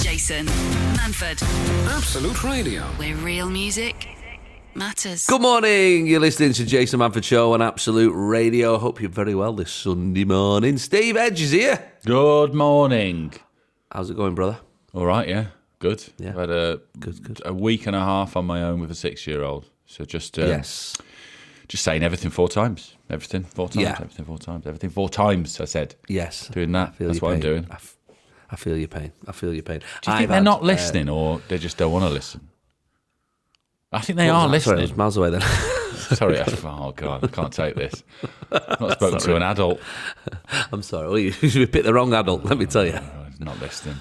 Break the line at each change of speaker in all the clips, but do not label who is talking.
Jason Manford,
Absolute Radio.
where real music matters.
Good morning. You're listening to Jason Manford Show on Absolute Radio. Hope you're very well this Sunday morning. Steve Edge is here.
Good morning.
How's it going, brother?
All right, yeah, good.
Yeah.
I've had a
Good, good.
a week and a half on my own with a six-year-old. So just uh,
Yes.
just saying everything four times, everything four times,
Yeah.
everything four times, everything four times. I said
Yes.
doing that.
feel
That's
your
what I'm
pain.
doing.
I, f- I feel your pain. I uh, feel your pain.
Do you think they're not listening, or they just don't want to listen? I think they are
Sorry, I
listening.
was miles away then.
Sorry, I, oh god, I can't take this. I've not spoken to an adult.
I'm sorry. oh, Well, you, you picked the wrong adult, let me tell you.
Oh, it's not listening.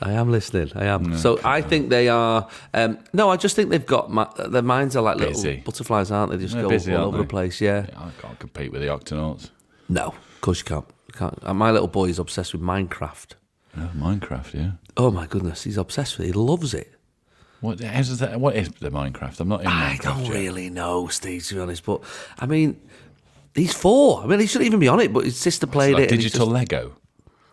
I am listening. I am. so I think they are. Um, no, I just think they've got. My, their minds are like
Busy.
little butterflies, aren't they? Just
They're
go
busy,
all
aren't
over the
they?
place. Yeah.
Yeah, I can't compete with the Octonauts.
No, of course you can't. You can't. And my little boy is obsessed with Minecraft.
Oh, Minecraft, yeah.
Oh my goodness, he's obsessed with it. He loves it.
What how's that? What is the Minecraft? I'm not in
I
Minecraft.
don't
yet.
really know, Steve, to be honest. But I mean, he's four. I mean, he shouldn't even be on it. But his sister played
like
it. and he's
digital
just-
Lego.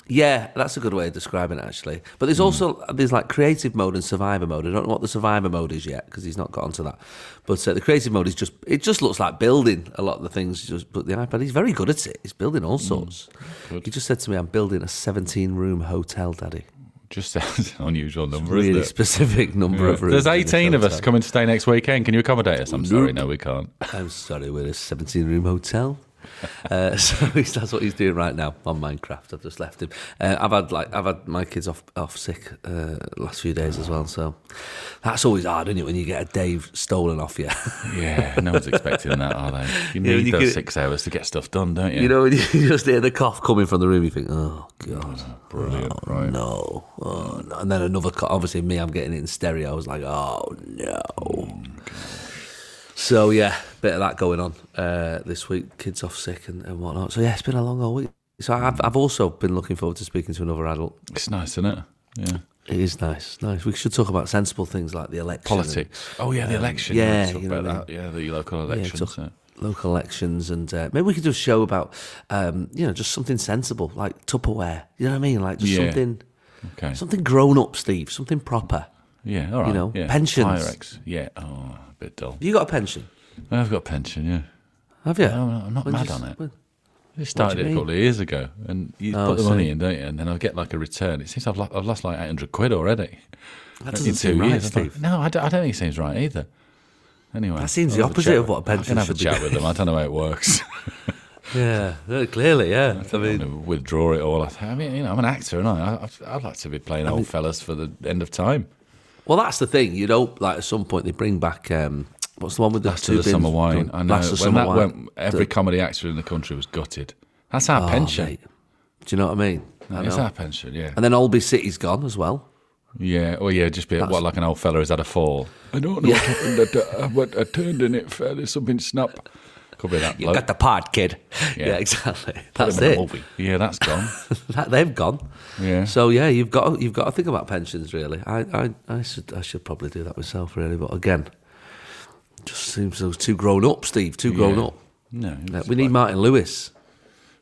yeah, that's a good way of describing it, actually. But
Hmm.
there's also there's like creative mode and survivor mode. I don't know what the survivor mode is yet because he's not got onto that. But uh, the creative mode is just it just looks like building a lot of the things. Just but the iPad, he's very good at it. He's building all
Hmm.
sorts. He just said to me, "I'm building a 17 room hotel, Daddy."
Just sounds an unusual number,
Really
isn't it?
specific number of rooms.
There's
in this
18 of us
hotel.
coming to stay next weekend. Can you accommodate us? I'm sorry, no, we can't.
I'm Oh, sorry, we're a 17 room hotel. Uh, so he's, that's what he's doing right now on Minecraft. I've just left him. Uh, I've had like I've had my kids off off sick uh, last few days as well. So that's always hard, isn't it, when you get a day stolen off you?
Yeah, no one's expecting that, are they? You
Yeah,
need
you
those
could-
six hours to get stuff done, don't you?
you know, when you just hear the cough coming from the room, you think, oh god,
Brilliant,
oh,
right.
no, oh, no. And then another cough. Obviously, me, I'm getting it in stereo. I was like, oh no. So yeah, bit of that going on uh, this week. Kids off sick and, and whatnot. So yeah, it's been a long old week. So I've, I've also been looking forward to speaking to another adult.
It's nice, isn't it? Yeah.
It is nice, nice. We should talk about sensible things like the election, and
Politics. Oh, yeah, the election.
Um, yeah,
we talked
you know
about
what I
that. Yeah, the local election.
talk-
so.
local elections, and uh, maybe we could do a show about, um, you know, just something sensible like Tupperware. You know what I mean? Like just
Yeah.
something,
Okay.
something grown up, Steve. Something proper.
yeah, all right.
know,
yeah.
pensions.
Pyrex. Yeah, oh, a bit dull.
You got a pension,
I've got a pension, yeah.
have you?
No, I'm not
When
mad
did you-
on it.
when-
They started
do you
it a
mean?
couple of years ago, and you
Oh,
put the
so-
money in, don't you? And then I'll get like a return. It seems I've, lo- I've lost like 800 quid already.
That
in
doesn't
two
seem right,
years. I thought,
Steve.
no, I don't, I don't think it seems right either. Anyway,
That seems
I'll
the
have a
opposite
chat
of what a
with- I
pension
can have a
should be.
chat with them. I don't know how it works.
Yeah, no, clearly, yeah. I
I mean,
mean,
withdraw it all. I, th- I mean, you know, I'm an actor, and I, I I'd like to be playing old fellas for the end of time.
well, that's the thing. You'd hope, like, at some point they bring back um, what's the one with the
Last
two
of the
bins?
summer wine. I know.
Last of
when
summer
that
wine.
went, every
The-
comedy actor in the country was gutted. That's our
Oh,
pension.
mate. Do you know what I mean? I
It's
know.
our pension. Yeah.
And then Olby City's gone as well.
Yeah, well, yeah, just be what like an old fella who's had a fall. I don't know what happened. I, d- I went- I turned and it fell. There's something snap. Could be that
You
bloke.
got the part, kid. Yeah,
Yeah.
exactly.
Put
That's
him in a
it.
movie. Yeah, that's gone.
that, they've gone.
Yeah.
So yeah, you've got you've got to think about pensions really. I, I, I should I should probably do that myself really, but again, just seems so too grown up, Steve. Too grown
Yeah.
up.
No,
Yeah,
it's
we need
like-
Martin Lewis.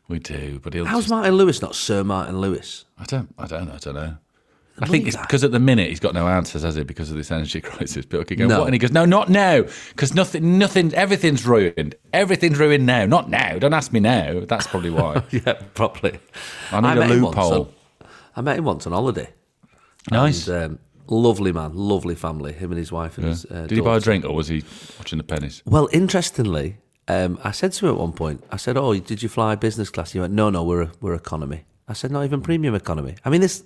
We do, but he'll.
How's
just-
Martin Lewis not Sir Martin Lewis?
I don't. I don't. know, I don't know. I
Believe
think it's
that.
because at the minute he's got no answers, has he? Because of this energy crisis. People keep going,
No.
what? And he goes, no, not now. Because nothing, nothing, everything's ruined. Everything's ruined now. Not now. Don't ask me now. That's probably why.
Yeah, probably.
I need a
met him once
loophole.
on- I met him once on holiday.
nice.
And, um, lovely man, lovely family. Him and his wife and
Yeah.
his. Uh,
Did he buy a
daughter.
drink or was he watching the pennies?
Well, interestingly, um, I said to him at one point, I said, "Oh, did you fly business class?" He went, "No, no, we're we're economy." I said, "Not even premium economy." I mean, this.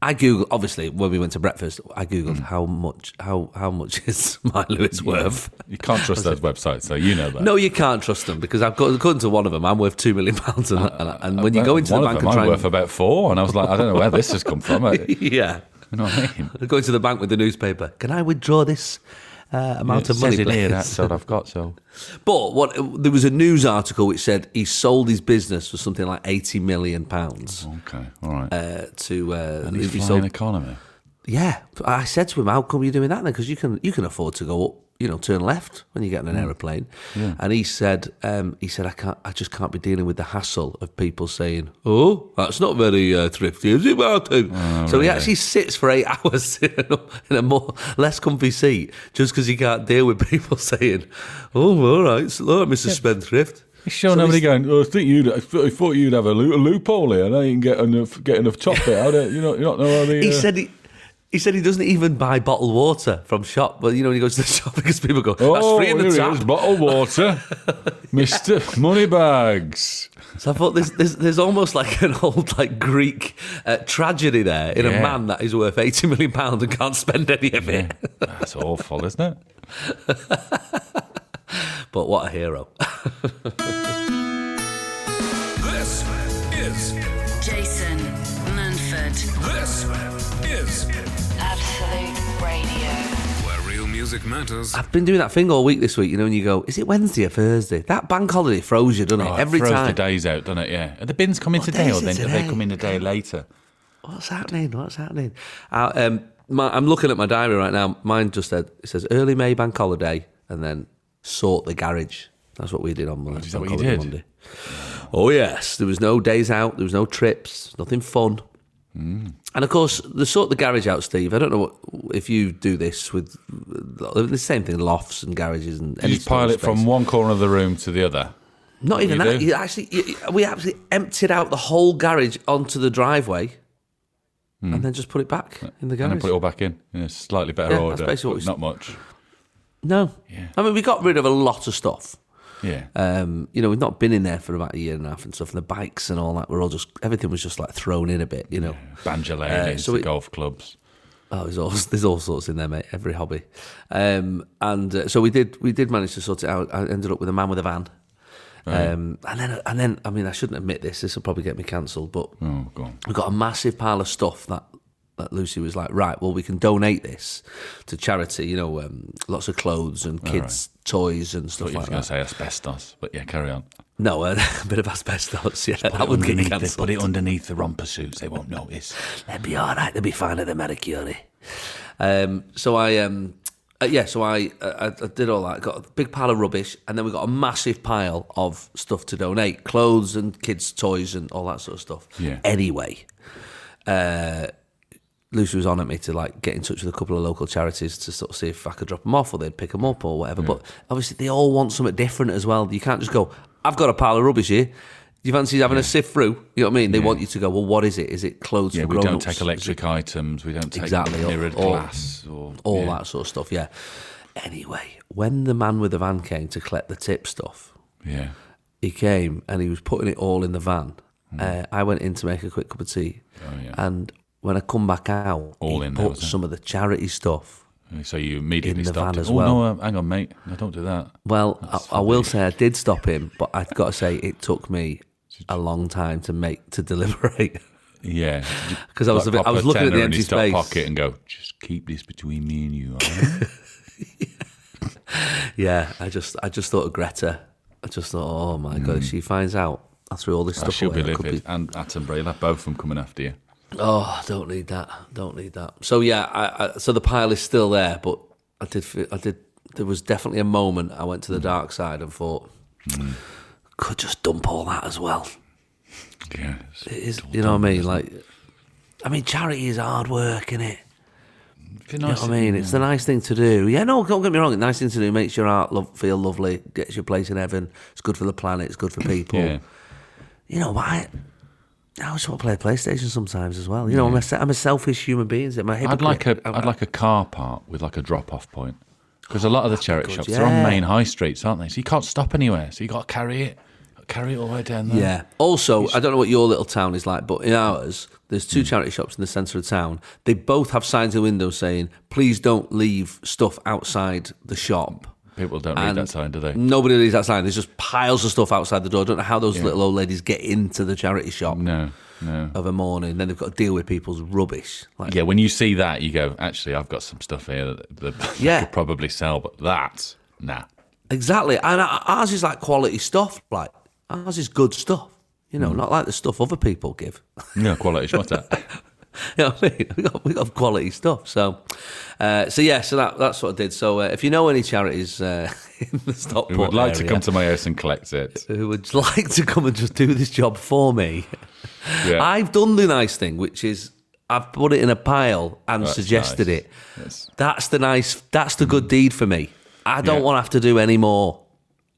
I googled obviously when we went to breakfast. I
Mm.
googled how much how how much is my Lewis worth.
You can't trust those websites, so you know that.
No, you can't trust them because I've got according to one of them, I'm worth two million pounds, and, and, and when you go into the
Uh, one
bank
of them,
and
I'm
try
worth
and,
about four, and I was like, I don't know where this has come from. I, you
yeah,
know what I mean?
going to the bank with the newspaper, can I withdraw this uh, amount of money?
Says in here,
please?"
that's what I've got. So
But what there was a news article which said he sold his business for something like eighty million pounds
okay, all right.
uh, to. Uh,
Oh. and he's
he
flying
sold-
economy.
yeah, I said to him, "How come you're doing that then? Because you can you can afford to go up you know, turn left when you get on
Hmm.
an aeroplane. And he said, um, he said, I can't, I just can't be dealing with the hassle of people saying, "Oh, that's not very uh, thrifty, is it, Martin?"
Oh,
so he actually sits for eight hours in a, in a more less comfy seat just because he can't deal with people saying, "Oh, all right, so, all right, Mr. Spendthrift."
Sure,
So
nobody
he's-
going. "Oh, I think you'd. I th- I thought you'd have a, loo- a loophole here. Now you can get enough, get enough top bit out of it. You know, you don't know how the.
He
uh,
said he. He said he doesn't even buy bottled water from shop, but you know when he goes to the shop because people go, "That's
oh,
free in
here
the
it
tap."
is, bottled water, Mister Moneybags.
So I thought there's, there's there's almost like an old like Greek uh, tragedy there in a
Yeah.
man that is worth eighty million pounds and can't spend any of it.
That's awful, isn't it?
But what a hero!
This is
Jason Manford.
this is
Absolute Radio.
where real music matters.
I've been doing that thing all week this week. You know, and you go, "Is it Wednesday or Thursday?" That bank holiday froze you, doesn't it?
Oh, it
Every
throws
time.
the days out, doesn't it? Yeah. Are the bins coming
What
today,
day
or
is it
then do they
today?
come in a day later?
What's happening? What's happening? Uh, um, my, I'm looking at my diary right now. Mine just said it says early May bank holiday, and then sort the garage. That's what we did on Monday.
is that
bank
what you
holiday
did?
Monday. Oh yes, there was no days out. There was no trips. Nothing fun.
Hmm.
And of course, the sort the garage out, Steve. I don't know what, if you do this with the same thing, lofts and garages and.
You
any
just pile
sort
it
of
from
space.
one corner of the room to the other.
Not even
you
that.
do?
You actually, you, you- we actually emptied out the whole garage onto the driveway, and then just put it back in the
Hmm. And
garage.
then put it all back in in a slightly better
Yeah, that's
order.
basically what
but
we-
not much.
No.
Yeah.
I mean, we got rid of a lot of stuff.
Yeah.
Um, you know, we've not been in there for about a year and a half and stuff, and the bikes and all that were all just, everything was just like thrown in a bit, you know.
Banjo
uh,
ladies,
so
the
it-
golf clubs.
Oh, there's all, there's all sorts in there, mate, every hobby. Um, and uh, so we did, we did manage to sort it out. I ended up with a man with a van. Um, and then, and then, I mean, I shouldn't admit this, this will probably get me cancelled, but
Oh, go on.
we got a massive pile of stuff that that Lucy was like, right, well, we can donate this to charity. You know, um, lots of clothes and kids' toys and
But
stuff
you were
like
going to
that.
say asbestos, but yeah, carry on.
No, uh, a bit of asbestos. Yeah, that would get you
underneath, they
cancelled.
put it underneath the romper suits. They won't notice.
They'd be all right. They'd be fine at the manicure. eh? Um, so I, um, uh, yeah, so I, I, I did all that. Got a big pile of rubbish, and then we got a massive pile of stuff to donate: clothes and kids' toys and all that sort of stuff.
Yeah.
Anyway, uh, Lucy was on at me to like get in touch with a couple of local charities to sort of see if I could drop them off or they'd pick them up or whatever. But obviously, they all want something different as well. You can't just go, "I've got a pile of rubbish here." You fancy having a sift through? You know what I mean? They want you to go. Well, what is it? Is it clothes
Yeah,
for
we
grown
don't take electric items. We don't take
Exactly, or-
mirrored
or-
glass or
all
yeah.
that sort of stuff. Yeah. Anyway, when the man with the van came to collect the tip stuff,
Yeah.
he came and he was putting it all in the van. Uh, I went in to make a quick cup of tea,
Hmm. Oh, yeah.
and when I come back out,
All
he
in there,
put
was it?
some of the charity stuff.
So you immediately
In the
stopped.
van
it.
as
oh
well.
no, um, hang on, mate. No, don't do that.
Well, I, I will say I did stop him, but I've got to say it took me a long time to make to deliberate.
Yeah,
'Cause I was a bit- I was looking at the empty
his
space.
pocket and go, just keep this between me and you. all right?"
yeah, I just I just thought of Greta. I just thought, oh my god, if she finds out I threw all this
I
stuff
should
away,
Hmm. Ah, be
I could
livid. And Attenborough, you'll have both of them coming after you.
Oh, don't need that. Don't need that. So yeah, I, I, so the pile is still there, but I did. feel- I did. There was definitely a moment I went to
Hmm.
the dark side and thought, could just dump all that as well.
Yeah,
It is, you know what I mean? Like, I mean, charity is hard work, is it? You know what I mean? It's the nice thing to do. Yeah, no, don't get me wrong. It's the nice thing to do. Makes your heart love, feel lovely. Gets your place in heaven. It's good for the planet. It's good for people.
Yeah,
You know, but I, I just want to play PlayStation sometimes as well. You know, I'm, a, se- I'm a selfish human being. Is it? My
I'd like a I'd like a car park with like a drop off point because a lot of the charity
Oh, good,
shops they're on
yeah.
main high streets, aren't they? So you can't stop anywhere. So you got to carry it, carry it all the way down there.
Yeah. Also, I don't know what your little town is like, but in ours, there's
Hmm.
two charity shops in the centre of town. They both have signs in the window saying, please don't leave stuff outside the shop.
people don't read
And
that sign, do they?
Nobody leaves that sign. There's just piles of stuff outside the door. I don't know how those little old ladies get into the charity shop
No, no.
of a morning. Then they've got to deal with people's rubbish. Like,
Yeah, when you see that, you go, actually, I've got some stuff here that, that I
Yeah.
could probably sell, but that, nah.
Exactly. And o- ours is like quality stuff. Like,
Mm.
ours is good stuff. You know, not like the stuff other people give.
No quality, what's that?
you know what I mean? We got, we got quality stuff. So, uh, so yeah, so that, that's what I did. So, uh, if you know any charities uh, in the Stockport
Who would like to
area
come to my house and collect it?
who would like to come and just do this job for me,
Yeah.
I've done the nice thing, which is I've put it in a pile and
That's
suggested
nice.
it.
Yes.
That's the nice. That's the good deed for me. I don't
Yeah. Mm.
want to have to do any more.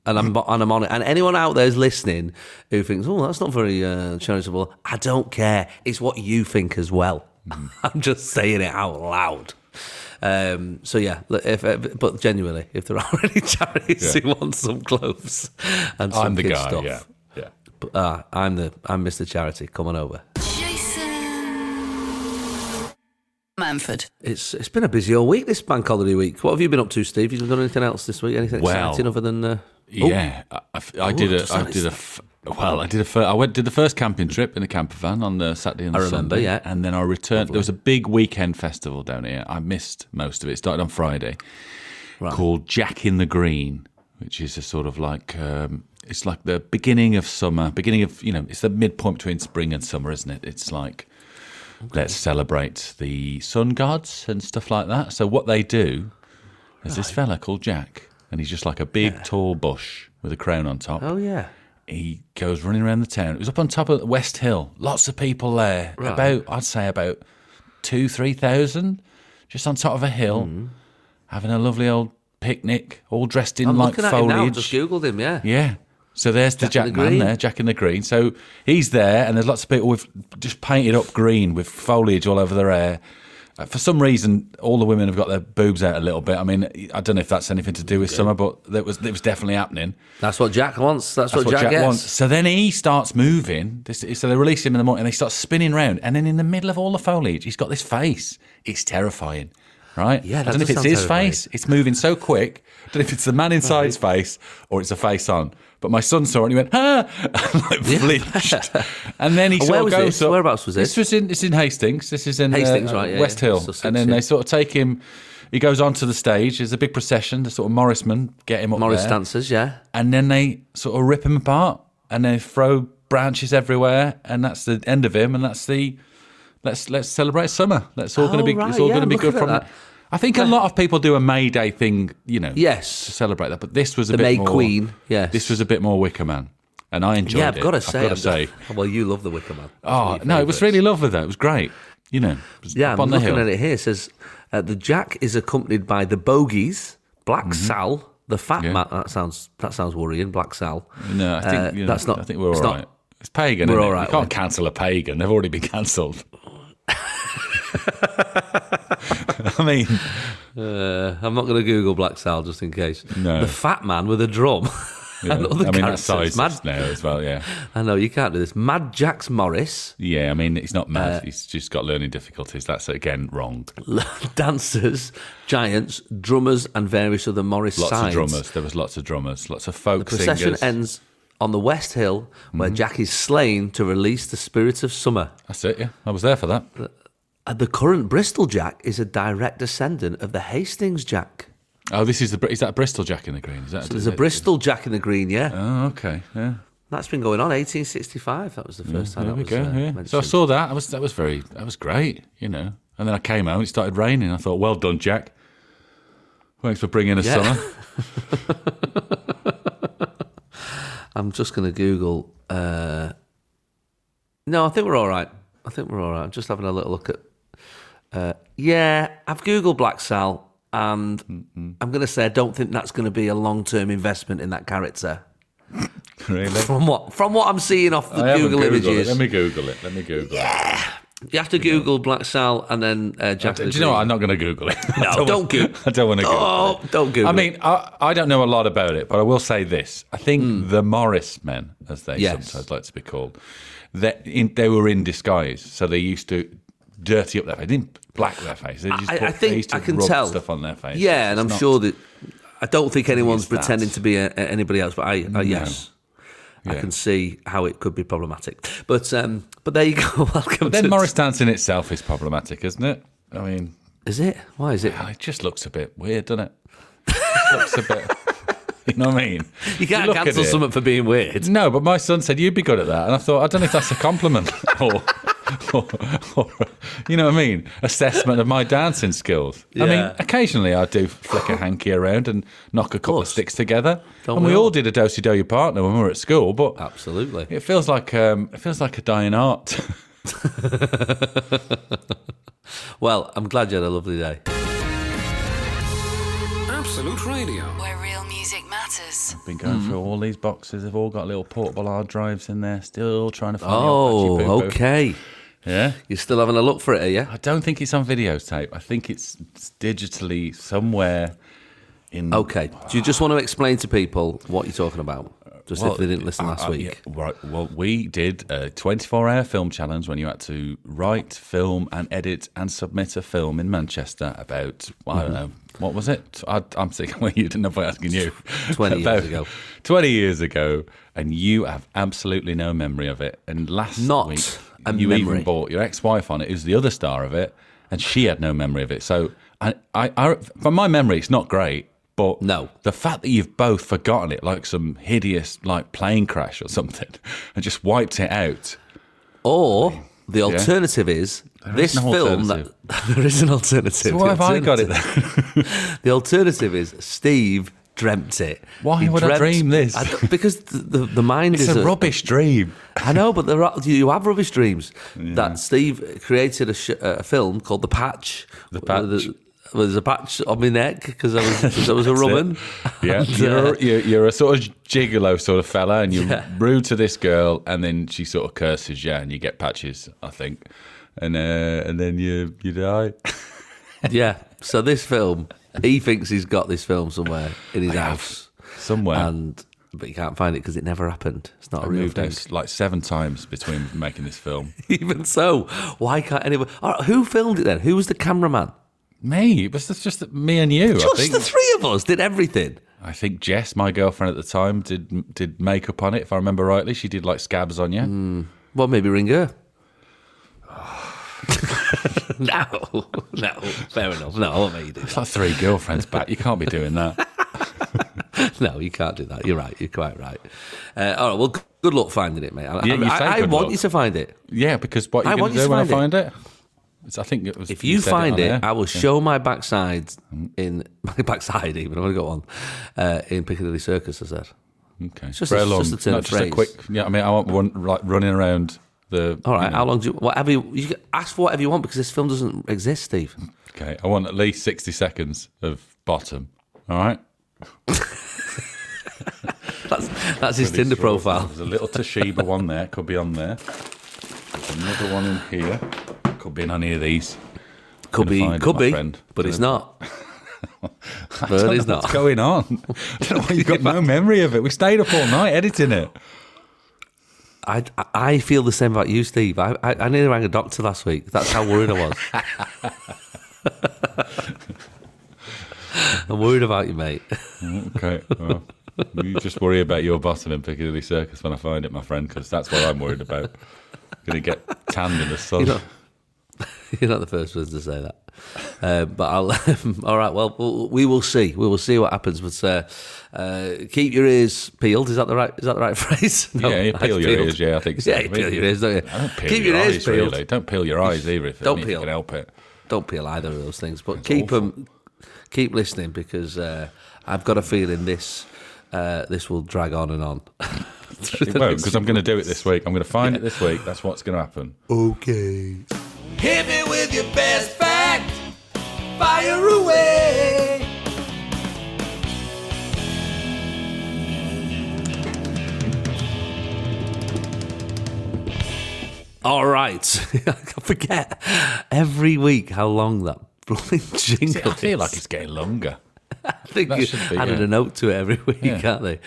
And I'm and I'm on it. And anyone out there is listening who thinks, "Oh, that's not very uh, charitable." I don't care. It's what you think as well.
Mm.
I'm just saying it out loud. Um, so yeah, look, if, if- but genuinely, if there are any charities
Yeah.
who want some clothes and some
I'm the
kid
guy.
stuff,
Yeah. Yeah.
uh, I'm the I'm Mr. Charity. Come on over.
Jason Manford.
It's it's been a busy all week this bank holiday week. What have you been up to, Steve? You done anything else this week? Anything
Well,
exciting other than? Uh, oh,
Yeah, I, I- I did
just
a, I
that
did a, f- well, I did a, fir- I went did the first camping trip in a camper van on the Saturday and
I
the
remember,
Sunday,
yeah.
and then I returned. There was a big weekend festival down here. I missed most of it. It started on Friday, called Jack in the Green, which is a sort of like um, it's like the beginning of summer, beginning of you know, it's the midpoint between spring and summer, isn't it? It's like let's celebrate the sun gods and stuff like that. So what they do there's this fella called Jack, and he's just like a big, tall bush with a crown on top.
oh yeah.
He goes running around the town. It was up on top of West Hill. Lots of people there.
Right.
About, I'd say about two, three thousand, just on top of a hill,
Hmm.
having a lovely old picnic, all dressed in
I'm
like
looking at him
foliage.
now. I just googled him. Yeah.
Yeah. So there's the
Jack in
Jack,
the
man
Green.
there, Jack in the Green. So he's there, and there's lots of people with just painted up green with foliage all over their hair. Uh, For some reason, all the women have got their boobs out a little bit. I mean, I don't know if that's anything to do with summer, but that was it was definitely happening.
That's what Jack wants. That's, what, Jack, gets.
So then he starts moving. This, so they release him in the morning, and he starts spinning round. And then in the middle of all the foliage, he's got this face. It's terrifying, right?
Yeah,
I
that
don't know if
does
it's
sound
his
terrifying.
face. It's moving so quick. I don't know if it's the man inside's face or it's a face on. But my son saw it and he went, ah, and like flinched. And then he
And Oh,
sort
where
of
was
goes
this?
up.
Whereabouts was this?
This was in, it's in Hastings. This is in uh,
Hastings, right, yeah,
West
yeah.
Hill.
Sussex,
and then
yeah.
they sort of take him, he goes onto the stage. There's a big procession. The sort of Morrismen get him up
Morris
there
dancers. Yeah.
and then they sort of rip him apart and they throw branches everywhere and that's the end of him and that's the let's let's celebrate summer let's all
Oh,
going to be
right,
it's all
yeah,
going to be
I'm
good
looking at that.
from I think a lot of people do a May Day thing you know
Yes.
to celebrate that but this was a
The
bit
May
more,
Queen, yes.
this was a bit more Wicker Man and I enjoyed
Yeah,
it
I've got to say.
I've got to say
Well, you love the Wicker Man. That's
oh
one of your
no it was
favourites.
really lovely though it was great you know it was
Yeah,
up
I'm
on the
looking
hill
at it here. It says uh, the Jack is accompanied by the Bogies, Black Sal, the Fat
Mm-hmm. Yeah.
Man. That sounds that sounds worrying. Black Sal.
no I think
Uh,
you know,
that's not.
I think we're all
it's
right.
not-
it's pagan
We're
isn't
all
it?
right
you can't
with-
cancel a pagan they've already been cancelled I mean
Uh, I'm not going to Google Black Sal just in case.
No.
The Fat Man with a drum.
Yeah.
and other
I mean, that's
characters. Mad,
size now as well, yeah.
I know you can't do this. Mad Jax Morris.
Yeah, I mean, it's not
Uh,
mad. He's just got learning difficulties. That's, again, wrong.
dancers, giants, drummers, and various other Morris
Lots
sides.
of drummers. There was lots of drummers, lots of
The
folk
procession
singers. Mm-hmm.
ends on the West Hill, where Jack is slain to release the spirit of summer.
That's it, yeah. I was there for that.
Uh, The current Bristol Jack is a direct descendant of the Hastings Jack.
Oh, this is the... Br- Is that Bristol Jack in the Green? Is that
So there's a Bristol Jack in the Green, yeah.
Oh, okay, yeah.
That's been going on 1865. That was the first time
Mm,
that
There we
was
go,
uh,
yeah. So I
mentioned.
saw that. I was, that was very... That was great, you know. And then I came home, it started raining. I thought, well done, Jack. Thanks for bringing us
Yeah.
summer.
I'm just going to Google. Uh, no, I think we're all right. I think we're all right. I'm just having a little look at. Uh, yeah, I've Googled Black Sal, and
Mm-hmm.
I'm going to say I don't think that's going to be a long term investment in that character.
really?
From what from what I'm seeing off the
I haven't
Google
Googled
images,
It. Let me Google it. Let me Google it.
you have to Google Black Sal and then uh, Jack.
Do
the
you know what?
Green.
I'm not going to Google it. I
No,
wanna-
don't Goo-
I don't want to Google
Oh,
it.
don't Google
I mean, I, I don't know a lot about it, but I will say this. I think the Morris men, as they
Hmm. Yes.
sometimes like to be called, that in, they were in disguise. So they used to dirty up their face. They didn't black their face. They just
I,
put,
I
they
think
used to
I can
rub
tell
stuff on their face.
Yeah, and
It's
I'm
not-
sure that I don't think anyone's
it's that.
pretending to be a, a- anybody else. But I, uh, yes, I
Yeah.
can see how it could be problematic. But um, but there you go. Welcome. to
Then Morris dance in itself is problematic, isn't it? I mean,
is it? Why is it?
well, it just looks a bit weird, doesn't it? it looks a bit. You know what I mean?
You can't
look at
cancel
it.
someone for being weird.
No, but my son said you'd be good at that, and I thought I don't know if that's a compliment or or, or, you know what I mean? Assessment of my dancing skills. I mean,
Yeah.
occasionally I do flick a hanky around and knock a couple of
course.
sticks together.
Don't
and
we
we all Ah.
all?
did a do do your partner when we were at school, but
Absolutely.
it feels like um, it feels like a dying art.
Well, I'm glad you had a lovely day.
Absolute Radio.
Where real music matters.
Been going
Mm.
through all these boxes. They've all got little portable hard drives in there. Still trying to find. the old
Oh,
patchy poo-poo.
okay.
Yeah.
You're still having a look for it, are you?
I don't think it's on videotape. I think it's it's digitally somewhere in.
Okay. Do you just want to explain to people what you're talking about? Just if they didn't listen
I-
last
I-
week.
yeah, right. Well, we did a 24 hour film challenge when you had to write, film, and edit and submit a film in Manchester about, I
Mm-hmm.
don't know, what was it? I, I'm thinking, well, you didn't know if I'm asking you.
20 years
About
ago.
20 years ago, and you have absolutely no memory of it. And last
Not
week,
a
you even
memory.
bought your ex wife on it, who's the other star of it, and she had no memory of it. So, I, I, I from my memory, it's not great. But
No.
the fact that you've both forgotten it like some hideous like plane crash or something and just wiped it out.
Or the alternative is this
no
film that there is an alternative.
So why have I got it then?
The alternative is Steve dreamt it.
Why would I dream this?
I don't- because the, the, the mind
It's
is
a rubbish dream.
I know, but there are, you have rubbish dreams. That Steve created a, sh- a film called The Patch. The
Patch.
There's a patch on my neck because I was 'cause I was a woman.
Yeah,
And, uh,
you're, you're, you're a sort of gigolo sort of fella, and you're rude to this girl, and then she sort of curses you, and you get patches, I think, and uh, and then you you die.
yeah. So this film, he thinks he's got this film somewhere in his house,
somewhere.
and but he can't find it because it never happened. It's not a
I
real
moved
thing.
house like seven times between making this film.
Even so, why can't anyone? All right, who filmed it then? Who was the cameraman?
Me, it was just me and you. I
Just
think.
the three of us did everything.
I think Jess, my girlfriend at the time, did did makeup on it. If I remember rightly, she did like scabs on you.
Mm. Well, maybe ring her. no, no, fair enough. No, I won't make you do
It's like three girlfriends back. You can't be doing that.
that. No, you can't do that. You're right. You're quite right. Uh, all right. Well, g- good luck finding it, mate. I,
Yeah, you
I,
say
I, I
good
want
luck.
you to find it.
Yeah, because what
I
are you
want
going
you
to do
to
when I
find
find it? It's, I think it was.
If you
said
find
on
it,
air. Mm.
I will show my backside in my backside. Even I'm going to go on uh, in Piccadilly Circus. I said.
Okay.
just
For
a-
how long?
just a turn
Not
of
just a
phrase.
quick. Yeah, I mean, I want one like running around the.
All right.
you know,
How long do you? Whatever you, you can ask for whatever you want because this film doesn't exist, Steve.
okay, I want at least sixty seconds of bottom. All right.
That's that's his Tinder profile.
There's a little Toshiba one there. Could be on there. There's another one in here. Could be in any of these.
Could
Gonna
be,
find it,
could
my
be,
friend.
but it's not.
I
But
don't
it's
know
not.
What's going on? I don't know why You've got no memory of it. We stayed up all night editing it.
I, I feel the same about you, Steve. I, I, I nearly rang a doctor last week. That's how worried I was. I'm worried about you, mate.
Okay. Well, you just worry about your bottom in Piccadilly Circus when I find it, my friend, because that's what I'm worried about. Going to get tanned in the sun.
You're not, you're not the first person to say that. Uh, but I'll. Um, all right. Well, we'll- we will see. We will see what happens. But uh, uh, keep your ears peeled. Is that the right? Is that the right phrase? No,
yeah, you
eyes
peel your
peeled.
ears. Yeah, I think so.
Yeah, you peel your ears, don't you?
I don't peel
keep
your,
your
eyes,
ears peeled.
really. Don't peel your eyes either if,
Don't
if
peel.
you can help it.
don't peel either of those things, but keep 'em keep listening because uh, I've got a feeling this uh, this will drag on and on.
It won't, because I'm going to do it this week. I'm going to find it this week. That's what's going to happen.
Hit me with your best fact. Fire away.
All right, I forget every week how long that blooming jingle
I feel
is.
like it's getting longer.
I think
That
you
should be,
added
yeah.
a note to it every week, can't they?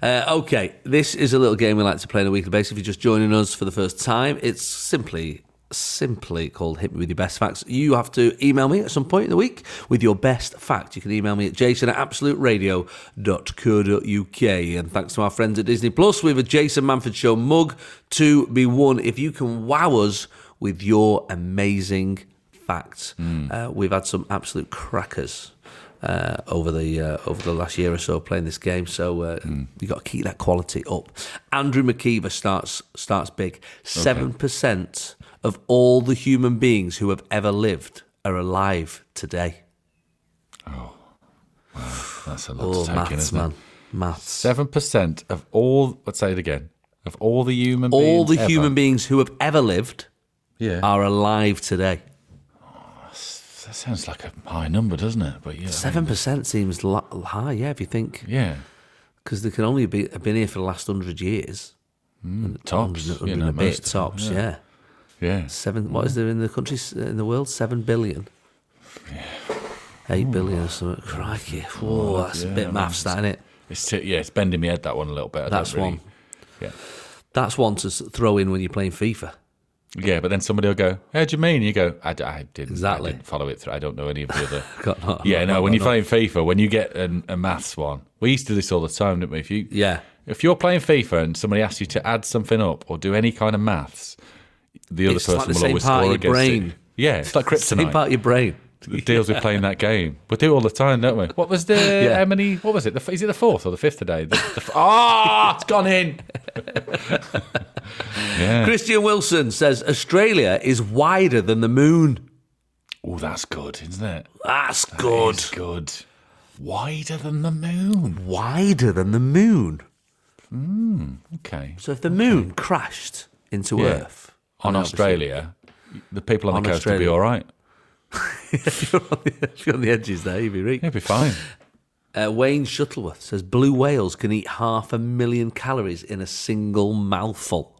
Uh, okay, this is a little game we like to play on a weekly basis. If you're just joining us for the first time, it's simply, simply called Hit Me With Your Best Facts. You have to email me at some point in the week with your best fact. You can email me at jason at absoluteradio.co.uk. And thanks to our friends at Disney Plus, we have a Jason Manford Show mug to be won. If you can wow us with your amazing facts,
Hmm.
uh, we've had some absolute crackers uh, over the uh, over the last year or so playing this game. So uh,
Hmm.
you got to keep that quality up. Andrew McKeever starts starts big. Seven percent of all the human beings who have ever lived are alive today.
That's a lot
Oh,
to take in,
maths,
isn't
man.
it?
Maths.
Seven percent of all. Let's say it again. Of all the human.
all
beings
the
ever-
human beings who have ever lived
Yeah.
are alive today.
that sounds like a high number, doesn't it? But yeah. I mean,
7% seems lo- high, yeah, if you think,
yeah.
because they can only be, have been here for the last 100 years.
Hmm. Tops.
100
you
and
know,
a bit,
most of them,
tops, yeah.
Yeah.
Seven. What is there in the country, in the world? 7 billion? Eight billion or something. Crikey. Whoa, that's a
yeah, I
bit
mean,
maths, that, isn't it?
It's t- yeah. It's bending my head that one a little bit. I don't
That's
really-
one.
Yeah.
That's one to s- throw in when you're playing FIFA.
Yeah, but then somebody will go, "How do you mean?" You go, "I, d- I didn't
Exactly.
I didn't follow it through. I don't know any of the other."
Got not-
yeah,
not-
no.
not-
when you're
not-
playing FIFA, when you get an, a maths one, we used to do this all the time, didn't we? If you
Yeah.
if you're playing FIFA and somebody asks you to add something up or do any kind of maths, the other
It's like
person
the
will
same
always
part
score
of your
against
brain.
it. Yeah, it's like
Same part
kryptonite.
of your brain.
It deals with playing that game. We do it all the time, don't we? What was the
Yeah.
how many? What was it? The, f- is it the fourth or the fifth today? The, the, f- oh, it's gone in. yeah.
Christian Wilson says Australia is wider than the moon.
Oh, that's good, isn't it?
That's good.
It's good. Wider than the moon.
Wider than the moon.
Okay.
So if the moon crashed into
Yeah.
Earth
On
and
Australia, the people on, the
On
coast will be
Australia.
all right.
obviously- if, you're on the, if you're on the edges there, you'd be
They'll
reeked.
be fine.
Uh, Wayne Shuttleworth says blue whales can eat half a million calories in a single mouthful.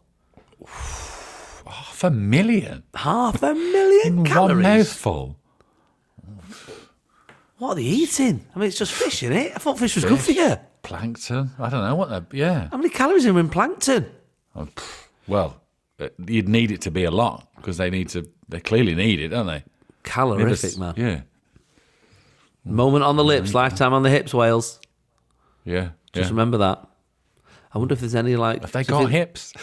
Half a million
Half a
in
million
one
calories.
mouthful.
What are they eating? I mean, it's just fish, is it? I thought fish was good for you.
Plankton. I don't know what. The, yeah.
How many calories are in plankton?
Oh, pff, Well, uh, you'd need it to be a lot because they need to. They clearly need it, don't they? Maybe
Calorific,
s-
man.
Yeah.
Moment on the lips, lifetime on the hips, whales.
Yeah.
Just
yeah.
remember that. I wonder if there's any like.
Have they
so if
got
it-
hips?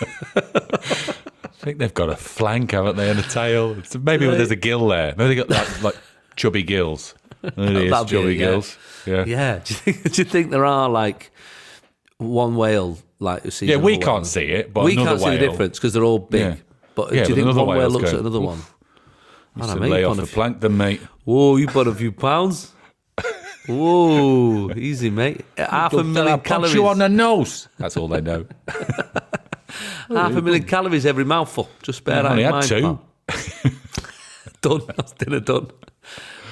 I think they've got a flank, haven't they, and a tail. It's- maybe there's a gill there. Maybe they got like, like chubby gills. There it is,
That'd be
chubby
it, yeah.
gills. Yeah.
Yeah.
yeah.
Do you think, do you think there are like one whale like who sees?
we
another
can't
whale?
see it, but
we
another
can't
whale,
see the difference because they're all big.
Yeah.
But
Yeah,
do you
but
think
another
one whale
whale's
looks at
going,
another one? I
So
don't know,
lay
mate,
off
on
the
a few-
plankton, mate.
Whoa, you bought a few pounds. Whoa, easy, mate. Half a million calories.
you on the nose. That's all they know.
half a million calories every mouthful. Just bear that
only
in
had
mind.
two.
pal. done. That's dinner done.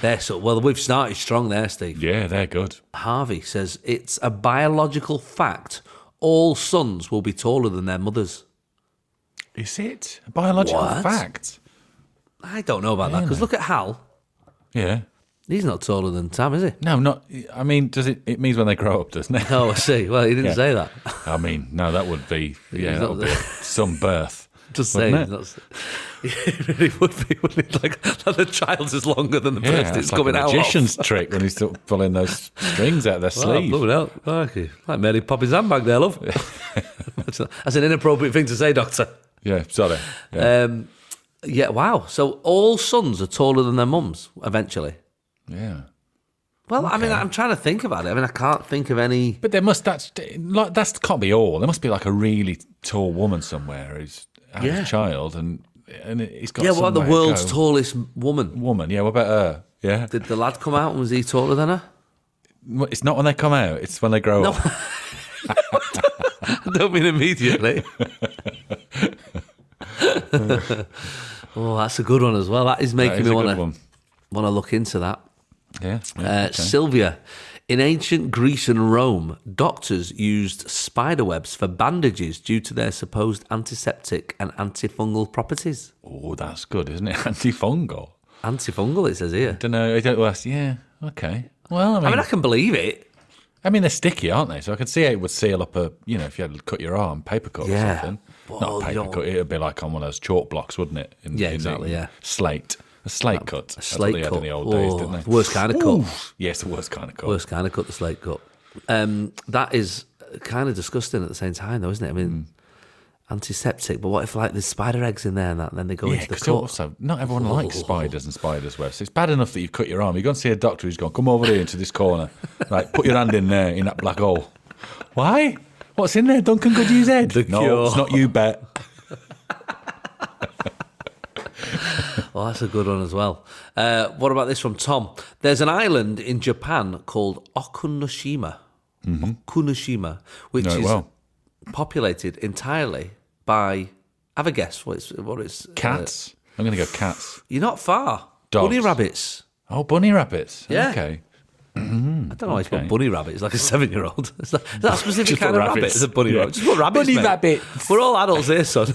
There, so well, we've started strong there, Steve.
yeah, they're good.
Harvey says it's a biological fact. All sons will be taller than their mothers.
Is it a biological
What?
fact?
I don't know about that because look at Hal.
Yeah.
He's not taller than Tam, is he?
No, not. I mean, does it? It means when they grow up, doesn't it?
Oh, I see. Well, he didn't
Yeah.
say that.
I mean, no, that would be yeah,
He's
that
not
would be
the-
some birth.
Just
Wouldn't
saying.
it?
That's, it really would be, wouldn't it? Like, that the child's is longer than the
Yeah,
person it's
like
coming
a
out of.
magician's trick when he's sort of pulling those strings out of their
Wow,
sleeve.
blooming hell. Crikey. Like Mary Poppins' handbag there, love. That's an inappropriate thing to say, Doctor.
yeah, sorry. Yeah.
Um, yeah, wow. So all sons are taller than their mums eventually.
yeah.
Well, I mean, I'm trying to think about it. I mean, I can't think of any.
But there must that's like that's can't be all. There must be like a really tall woman somewhere who's had
Yeah.
a child and and he's got
Yeah, what about the
somewhere to
world's
go.
tallest woman?
woman? Yeah, what about her? Yeah,
Did the lad come out and was he taller than her?
Well, it's not when they come out; it's when they grow
No.
up.
I don't mean immediately. oh, that's a good one as well. That is
That
making
is a
me
good
want to
one.
want to look into that.
Yeah,
Uh,
yeah, okay.
Sylvia, in ancient Greece and Rome, doctors used spider webs for bandages due to their supposed antiseptic and antifungal properties.
oh, that's good, isn't it? Antifungal.
Antifungal, it says here.
Don't know. I don't. Well, yeah. Okay. Well, I mean,
I mean, I can believe it.
I mean, they're sticky, aren't they? So I could see how it would seal up a, you know, if you had to cut your arm, paper cut or
Yeah.
something.
Well,
Not paper
you're-
cut. It would be like on one of those chalk blocks, wouldn't it? In,
Yeah,
in the-
exactly, yeah.
Slate. A slate cut.
A
That's what
slate
they
cut.
had in the old days,
Oh,
didn't they?
Worst kind of cut.
Yes, the worst kind of cut.
Worst kind of cut. The slate cut. Um, that is kind of disgusting at the same time, though, isn't it? I mean, antiseptic. But what if like there's spider eggs in there and that, and then they go
Hmm. Yeah,
into the
because
cut?
also not everyone likes spiders and spiders' webs. It's bad enough that you've cut your arm. You go and see a doctor who's gone, come over here into this corner. Right, put your hand in there in that black hole. Why? What's in there? Duncan Goodhue's head.
The
no,
cure.
it's not you, bet.
Well, Oh, that's a good one as well. Uh, what about this from Tom? There's an island in Japan called Okunoshima. Okunoshima, which
Mm-hmm. Know it
is
well.
populated entirely by. Have a guess what it's. What it's uh,
Cats. I'm going to go cats.
you're not far.
Dogs.
Bunny rabbits.
Oh, bunny rabbits.
Yeah.
Okay.
I don't know why it's
okay.
called bunny rabbits like a seven year old. Is that, is that a specific
Just
kind
put
of rabbit?
rabbits.
It's a bunny
Yeah.
rabbit. Just put rabbits.
Bunny
mate.
rabbits.
We're all adults here, son.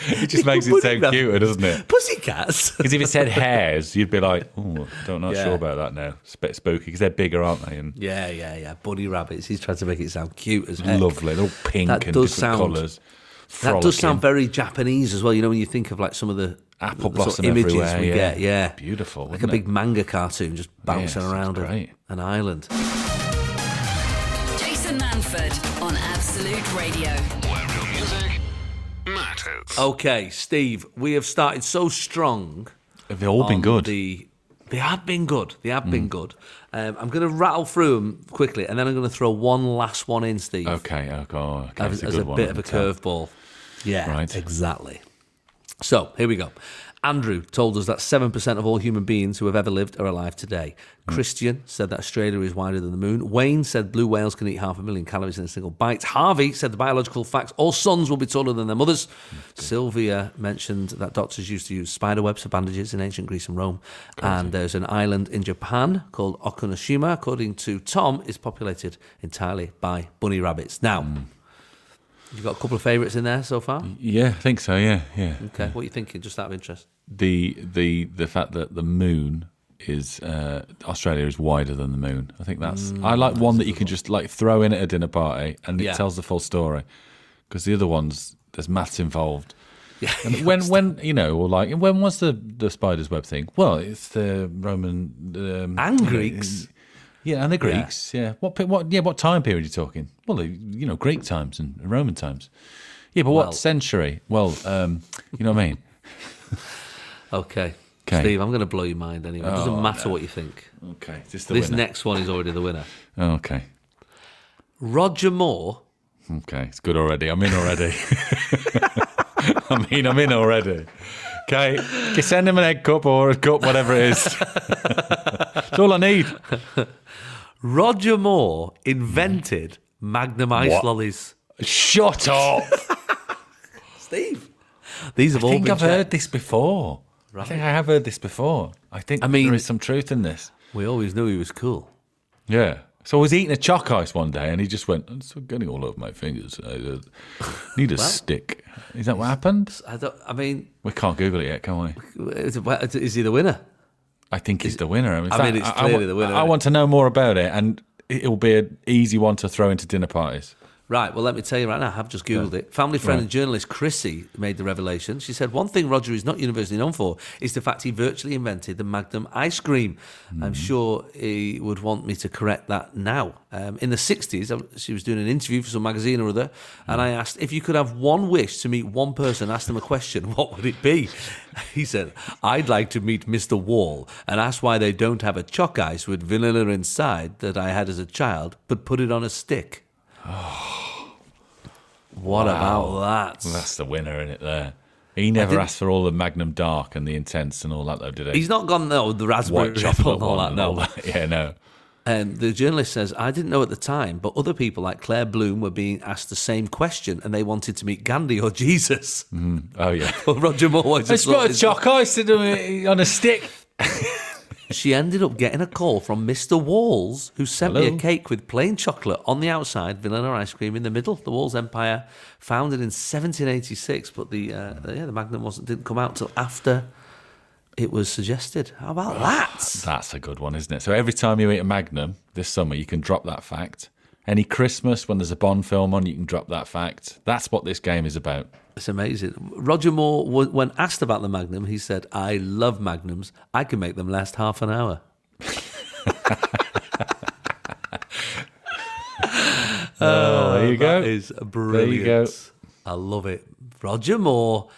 It just makes
Bunny
it sound
rabbit.
cuter, doesn't it?
Pussycats.
Because if it said hares, you'd be like, oh, don't not
Yeah.
sure about that now. It's a bit spooky because they're bigger, aren't they? And
Yeah, yeah, yeah. Bunny rabbits. He's trying to make it sound cute as heck.
lovely. They're all pink
Uh, That
and
does
different
sound-
colours.
That does sound
Frolicking.
very Japanese as well. You know, when you think of like some of the
Apple
the sort of
blossom
images
everywhere,
we
yeah.
get, yeah,
Beautiful,
like a
wouldn't
big
it?
manga cartoon just bouncing
sounds
around a,
great.
an island.
Jason Manford on Absolute Radio.
Where real music matters.
Okay, Steve, we have started so strong.
They've all been
on
good. Mm.
The, they have been good. They have been good. Um, I'm going to rattle through them quickly, and then I'm going to throw one last one in, Steve,
Okay, okay, oh, okay.
as,
it's a
as
good
a
one.
bit of a
I can tell.
curveball. Yeah,
Right.
exactly. So here we go. Andrew told us that 7% of all human beings who have ever lived are alive today. Christian said that Australia is wider than the moon. Wayne said blue whales can eat half a million calories in a single bite. Harvey said the biological facts all sons will be taller than their mothers. Sylvia mentioned that doctors used to use spider webs for bandages in ancient Greece and Rome. And there's an island in Japan called Okunoshima, according to Tom, is populated entirely by bunny rabbits. Now, you've got a couple of favourites in there so far?
Yeah, I think so. Yeah, yeah.
Okay, what are you thinking, just out of interest?
The the the fact that the moon is uh, Australia is wider than the moon. I think that's. I like one that you can just like throw in at a dinner party and
Mm, Yeah.
it tells the full story. Because the other ones, there's maths involved.
Yeah.
And when when you know, or like when was the the spider's web thing? Well, it's the Roman um,
And Greeks.
Yeah, and the Greeks. Yeah. What pe- what yeah, what time period are you talking? Well, the- you know, Greek times and Roman times. Yeah, but
Well-
what century? Well, um, you know what I mean?
Okay. Oh,
'Kay.
Steve, I'm going to blow your mind anyway. It doesn't matter what you think.
Okay. This the
This
winner.
next one is already the winner.
Oh, okay.
Roger Moore.
Okay. It's good already. I'm in already. I mean, I'm in already. Okay. You send him an egg cup or a cup, whatever it is. That's all I need.
Roger Moore invented Magnum Ice
What?
Lollies.
Shut up.
Steve. These have
I
all
think
been
I've heard
checked.
this before. I think I have heard this before. I think
I mean-
there is some truth in this.
We always knew he was cool.
Yeah. So I was eating a chalk ice one day and he just went, it's getting all over my fingers. I uh, need a stick. Is that what happened?
I, don't, I mean,
We can't Google it yet, can we?
is, is he the winner?
I think he's the winner. in
I
fact,
mean, it's
wa-
clearly the winner,
I
isn't
want to know more about it and it- it'll be an easy one to throw into dinner parties.
Right, well, let me tell you right now, I have just Googled it. Family friend and journalist Chrissy made the revelation. She said, One thing Roger is not universally known for is the fact he virtually invented the Magnum ice cream. I'm sure he would want me to correct that now. Um, in the 60s, um, she was doing an interview for some magazine or other, and I asked, If you could have one wish to meet one person, ask them a question, what would it be? He said, I'd like to meet Mr. Wall and ask why they don't have a chalk ice with vanilla inside that I had as a child, but put it on a stick. What about that?
That's the winner in it there. He never
didn't-
asked for all the Magnum Dark and the Intense and all that though, did he?
He's not gone, no, the raspberry
white
ripple
chocolate
and all
one
that,
and all
no.
that. Yeah, no.
Um, the journalist says, I didn't know at the time, but other people like Claire Bloom were being asked the same question and they wanted to meet Gandhi or Jesus.
Oh yeah.
But Roger Moore just thought it's-
ice on a stick.
She ended up getting a call from Mr. Walls, who sent me a
Hello.
cake with plain chocolate on the outside, vanilla ice cream in the middle. The Walls Empire, founded in 1786, but the uh, yeah the Magnum wasn't didn't come out till after it was suggested. How about that?
That's a good one, isn't it? So every time you eat a Magnum this summer, you can drop that fact. Any Christmas when there's a Bond film on, you can drop that fact. That's what this game is about.
It's amazing. Roger Moore, w- when asked about the Magnum, he said, I love Magnums. I can make them last half an hour.
Oh, there you go.
Uh, That is brilliant.
There you go.
I love it. Roger Moore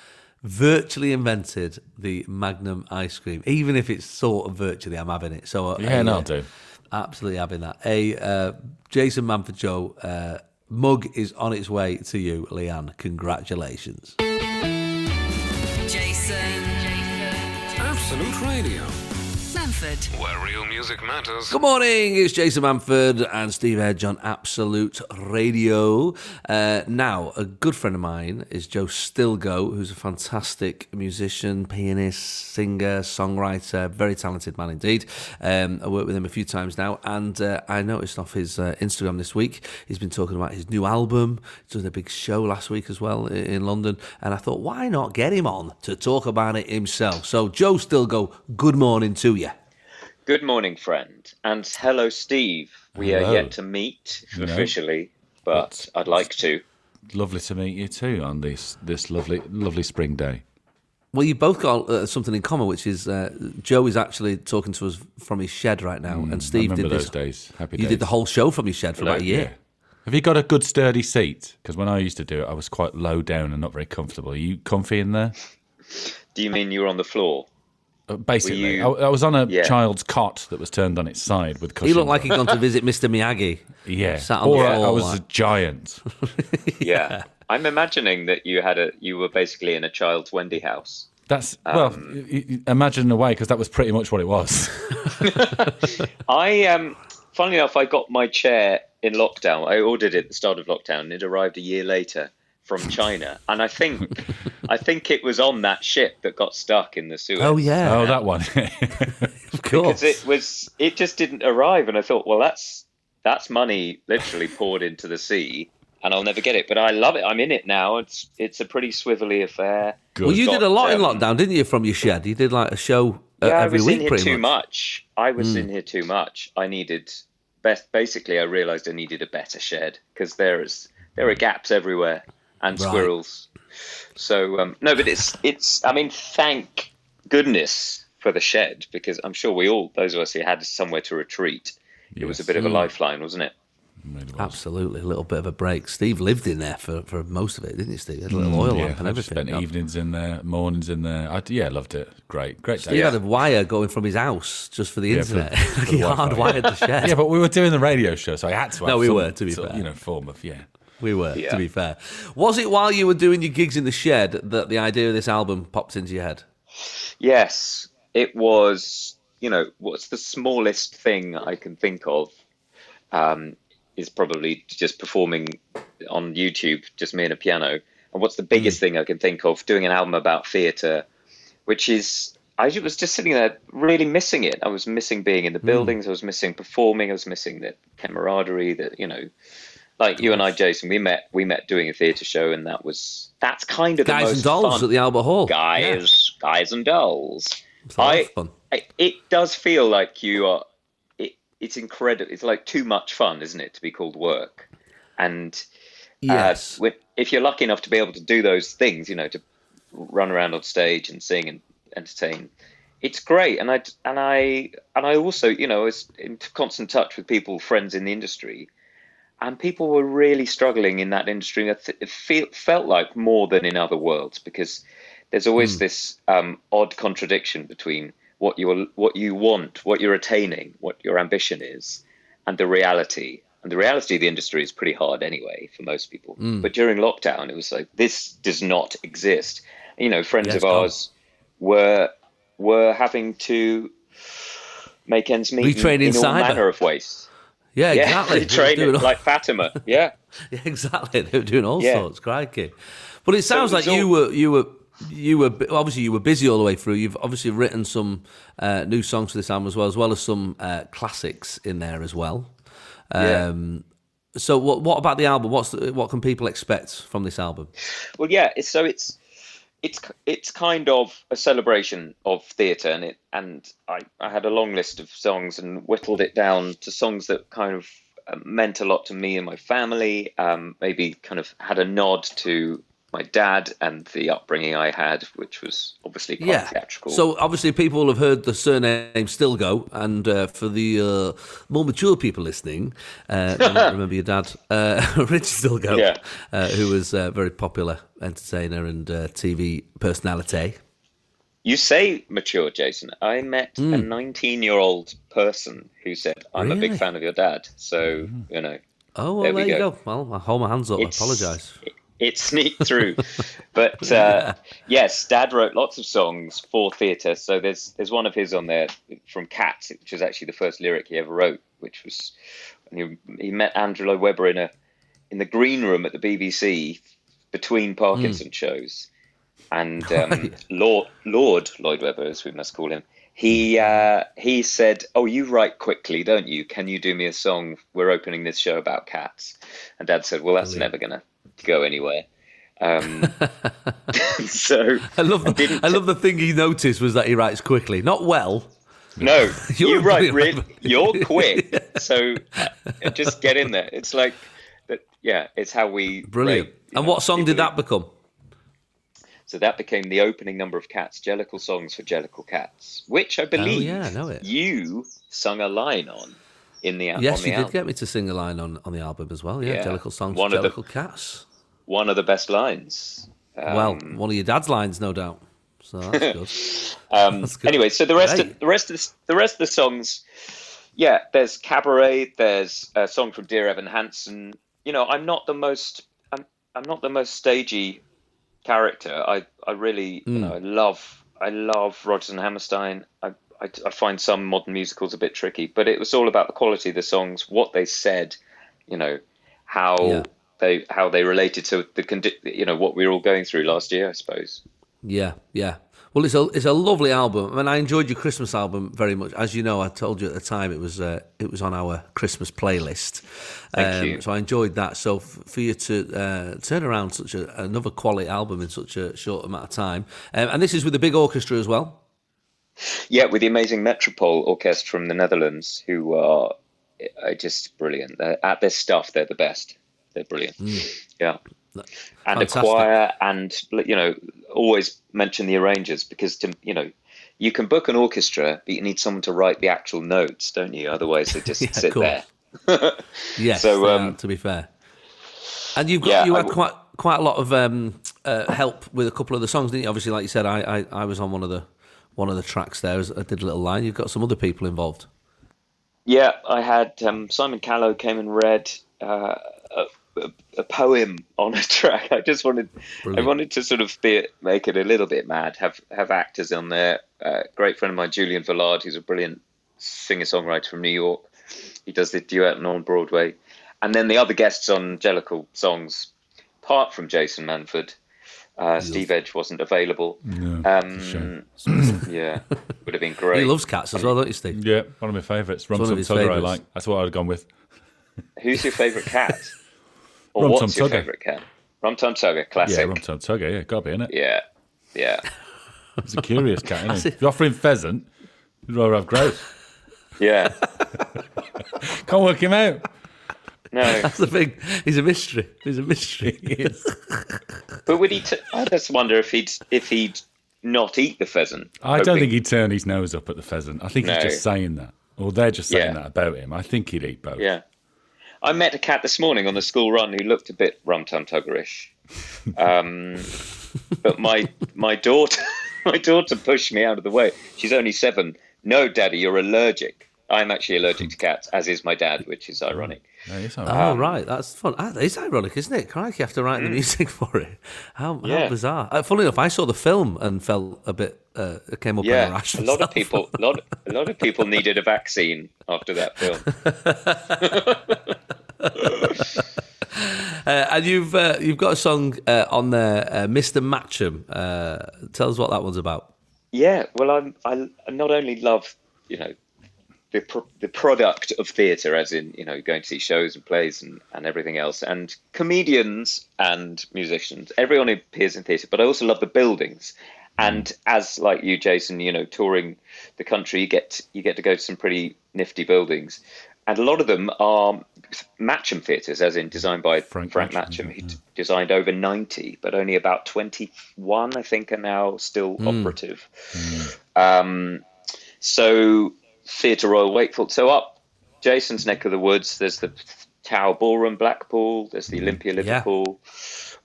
virtually invented the Magnum ice cream, even if it's sort of virtually, I'm having it. So uh,
Yeah, no, I'll do.
Absolutely having that. A uh, Jason Manford Joe uh, mug is on its way to you, Leanne. Congratulations.
Jason. Jason.
Absolute Radio,
Manford.
where real music matters.
Good morning, it's Jason Manford and Steve Edge on Absolute Radio. Uh, now, a good friend of mine is Joe Stilgo, who's a fantastic musician, pianist, singer, songwriter, very talented man indeed. Um, I worked with him a few times now, and uh, I noticed off his uh, Instagram this week, he's been talking about his new album. He's done a big show last week as well i- in London, and I thought, why not get him on to talk about it himself? So, Joe Stilgo, good morning to you.
Good morning, friend, and hello, Steve. We
Hello.
are yet to meet
No.
officially, but
That's-
I'd like to.
Lovely to meet you too on this this lovely lovely spring day.
Well, you both got uh, something in common, which is uh, Joe is actually talking to us from his shed right now, and
Mm, I
Steve
remember
did this.
those days. Happy
You
days.
did the whole show from your shed for about a
Low-
year.
yeah. Have you got a good sturdy seat? Because when I used to do it, I was quite low down and not very comfortable. Are you comfy in there?
Do you mean you were on the floor?
Uh, Basically,
you-
I, I was on a
Yeah.
child's cot that was turned on its side with cushions.
He looked like
on.
he'd gone to visit Mr. Miyagi.
yeah,
sat on
or
the
I- I
floor
was
like-
a giant.
Yeah. I'm imagining that you had a you were basically in a child's Wendy house.
That's well,
Um,
y- y- imagine in a way because that was pretty much what it was.
I um funnily enough I got my chair in lockdown. I ordered it at the start of lockdown and it arrived a year later from China. And I think I think it was on that ship that got stuck in the Suez.
Oh yeah,
oh, that one.
of course.
because it was it just didn't arrive and i thought well that's that's money literally poured into the sea and i'll never get it but i love it i'm in it now it's it's a pretty swivelly affair
well, you did a lot in
um,
lockdown, didn't you? From your shed, you did like a show uh,
yeah,
every
i was
week,
in here
pretty Hmm.
too much, i was in here too much i needed best basically i realized i needed a better shed because there is there are gaps everywhere and
Right.
squirrels so um no but it's it's i mean thank goodness for the shed because i'm sure we all those of us who had somewhere to retreat it was a bit of
Hmm.
a lifeline, wasn't it?
Absolutely, a little bit of a break. Steve lived in there for, for most of it, didn't you, Steve? He had a little oil
Mm, yeah,
lamp and
I just
everything.
spent
God.
evenings in there, mornings in there. I d yeah, loved it. Great, great.
Steve
day.
had a wire going from his house just for the
Yeah, for the-
internet.
for the
he
Wi-Fi,
hardwired the shed.
Yeah, but we were doing the radio show, so I had to. Have
No, we
some
were, to be
sort of,
fair.
you know, form of yeah.
We were,
Yeah.
to be fair. Was it while you were doing your gigs in the shed that the idea of this album popped into your head?
Yes, it was. You know, what's the smallest thing I can think of um, is probably just performing on YouTube, just me and a piano. And what's the
Hmm.
biggest thing I can think of? Doing an album about theatre, which is I ju- was just sitting there really missing it. I was missing being
Hmm.
in the buildings. I was missing performing. I was missing the camaraderie. That you know. Like you and I, Jason, we met. We met doing a theatre show, and that was that's kind of the
Guys
most
and Dolls
fun
at the Albert Hall.
guys, guys and dolls.
Oh, a lot of
I,
fun.
I, it does feel like you are. It, it's incredible. It's like too much fun, isn't it, to be called work? And uh,
Yes.
with- if you're lucky enough to be able to do those things, you know, to run around on stage and sing and entertain, it's great. And I and I and I also, you know, was in constant touch with people, friends in the industry, and people were really struggling in that industry. It th- it feel, felt like more than in other worlds because there's always
Hmm.
this um, odd contradiction between what you are what you want, what you're attaining, what your ambition is, and the reality. And the reality of the industry is pretty hard anyway for most people.
Hmm.
But during lockdown, it was like this does not exist. You know, friends
Yes,
of
Carl.
ours were were having to make ends meet in-
Retrain
in,
in
all
cyber.
manner of ways.
yeah,
Yeah,
exactly. They were
retrain
doing
it
all-
like Fatima. Yeah,
Yeah, exactly. They were doing all
Yeah.
sorts, crikey. But it sounds
it
like
was
you
all-
were you were you were bu- obviously you were busy all the way through. You've obviously written some uh, new songs for this album as well, as well as some uh, classics in there as well.
Yeah.
Um, So what what about the album? What's the, what can people expect from this album?
well, yeah. It's, so it's it's it's kind of a celebration of theatre, and it and I I had a long list of songs and whittled it down to songs that kind of uh, meant a lot to me and my family. Um, maybe kind of had a nod to my dad and the upbringing I had, which was obviously quite theatrical.
So obviously, people will have heard the surname still go, and uh, for the uh, more mature people listening, uh, they might remember your dad, uh, Rich Stilgo,
Yeah.
uh, who was a very popular entertainer and uh, TV personality.
You say mature, Jason. I met a 19 year old person who said, I'm a
Hmm. Really?
big fan of your dad. So, you know,
Oh, well,
There
there,
we
you
go.
go. Well, I hold my hands up. I
It's-
apologise.
it sneaked through. but uh, yes, Dad wrote lots of songs for theatre. So there's there's one of his on there from Cats, which was actually the first lyric he ever wrote, which was and he, he met Angelo Weber in a in the green room at the BBC between Parkinson shows. And um, Lord, Lord Lloyd Webber, as we must call him, he uh, he said, "Oh, you write quickly, don't you? Can you do me a song? We're opening this show about cats." And Dad said, "Well, that's never gonna go anywhere." Um, so
I love the,
didn't-
I love the thing he noticed was that he writes quickly, not well.
No,
You're
you're
a
right.
brilliant
Really,
rapper.
you're quick. So uh, just get in there. It's like, that- yeah, it's how we
Brilliant.
rate, you
and
know,
what song did
people
that become?
who- So that became the opening number of Cats, Jellicle songs for Jellicle Cats, which I believe
Oh, yeah, I know it.
you sung a line on in the al-
Yes,
on the
you did
album.
get me to sing a line on, on the album as well. Yeah,
Yeah.
Jellicle songs,
One of the-
Jellicle cats.
One of the best lines. Um,
well, one of your dad's lines, no doubt. So that's good.
Um,
That's good.
anyway, so the rest
Great.
of the rest of the, the rest of the songs, yeah, there's cabaret, there's a song from Dear Evan Hansen. You know, I'm not the most I'm I'm not the most stagey character. I I really
Hmm.
you know I love I love Rodgers and Hammerstein. I, I I find some modern musicals a bit tricky, but it was all about the quality of the songs, what they said, you know, how.
Yeah.
They, how they related to the condi- you know what we were all going through last year, I suppose.
yeah, yeah. Well, it's a it's a lovely album, and I enjoyed your Christmas album very much. As you know, I told you at the time it was uh, it was on our Christmas playlist. Um,
Thank you.
So I enjoyed that. So f- for you to uh, turn around such a, another quality album in such a short amount of time, um, and this is with a big orchestra as well.
Yeah, with the amazing Metropole Orchestra from the Netherlands, who are, are just brilliant. They're, at their stuff, they're the best. They're brilliant. Yeah. And
Hmm. Fantastic.
a choir, and you know, always mention the arrangers because to you know, you can book an orchestra, but you need someone to write the actual notes, don't you? Otherwise, they just
Yeah, of
sit
course.
there.
Yes.
So,
they
um,
are, to be fair, and you've got
yeah,
you
I
had
w-
quite quite a lot of um, uh, help with a couple of the songs, didn't you? Obviously, like you said, I, I, I was on one of the one of the tracks there. as I did a little line. You've got some other people involved.
Yeah, I had um, Simon Callow came and read uh, a, a, a poem on a track. I just wanted, I
Brilliant.
wanted to sort of be, make it a little bit mad. Have have actors on there. Uh, great friend of mine, Julian Villard, who's a brilliant singer songwriter from New York. He does the duet on Broadway, and then the other guests on Jellicle songs, apart from Jason Manford. Uh, Steve Edge wasn't available. um, yeah, would have been great.
He loves cats as well, don't you, Steve?
Yeah, one of my favourites. Rum
one of
Tum
his
Tugger, I
favourites.
like. That's what I'd gone with.
Who's your favourite cat? Or
Rum
what's
Tum
your
Tugger.
favourite cat? Rum Tum Tugger,
Yeah,
classic.
Rum Tum Tugger. Yeah, got to be in it.
yeah, yeah,
It's a curious cat, isn't it? If you're offering pheasant, you'd rather have grouse.
yeah.
Can't work him out.
No,
That's the thing. He's a mystery. He's a mystery.
but would he? T- I just wonder if he'd if he'd not eat the pheasant.
I don't
hoping-
think he'd turn his nose up at the pheasant. I think he's
No.
just saying that. Or they're just saying
Yeah.
that about him. I think he'd eat both.
Yeah, I met a cat this morning on the school run who looked a bit Rum Tum Tuggerish. Um, but my my daughter my daughter pushed me out of the way. She's only seven. No, Daddy, you're allergic. I'm actually allergic to cats, as is my dad, which is ironic.
Yeah, it's
Uh,
all right.
oh right, that's fun. Ah, It's ironic, isn't it? Crikey, after writing the music for it, how, how
Yeah.
bizarre. Uh, funnily enough, I saw the film and felt a bit. Uh, it came up in a
Yeah,
rash.
a lot of
myself.
people, a lot, a lot of people needed a vaccine after that film.
Uh, and you've uh, you've got a song uh, on there, uh, Mr. Matcham. Uh, tell us what that one's about.
Yeah, well, I'm, I, I not only love you know the pro- the product of theatre, as in you know going to see shows and plays and, and everything else, and comedians and musicians, everyone who appears in theatre, but I also love the buildings. And as like you, Jason, you know, touring the country, you get you get to go to some pretty nifty buildings, and a lot of them are Matcham theatres, as in designed by
Frank
Frank,
Matcham,
Matcham, who d- designed over ninety, but only about twenty one, I think, are now still operative. Um, so Theatre Royal Wakefield. So up Jason's neck of the woods, there's the Tower Ballroom, Blackpool. There's the Olympia, Liverpool.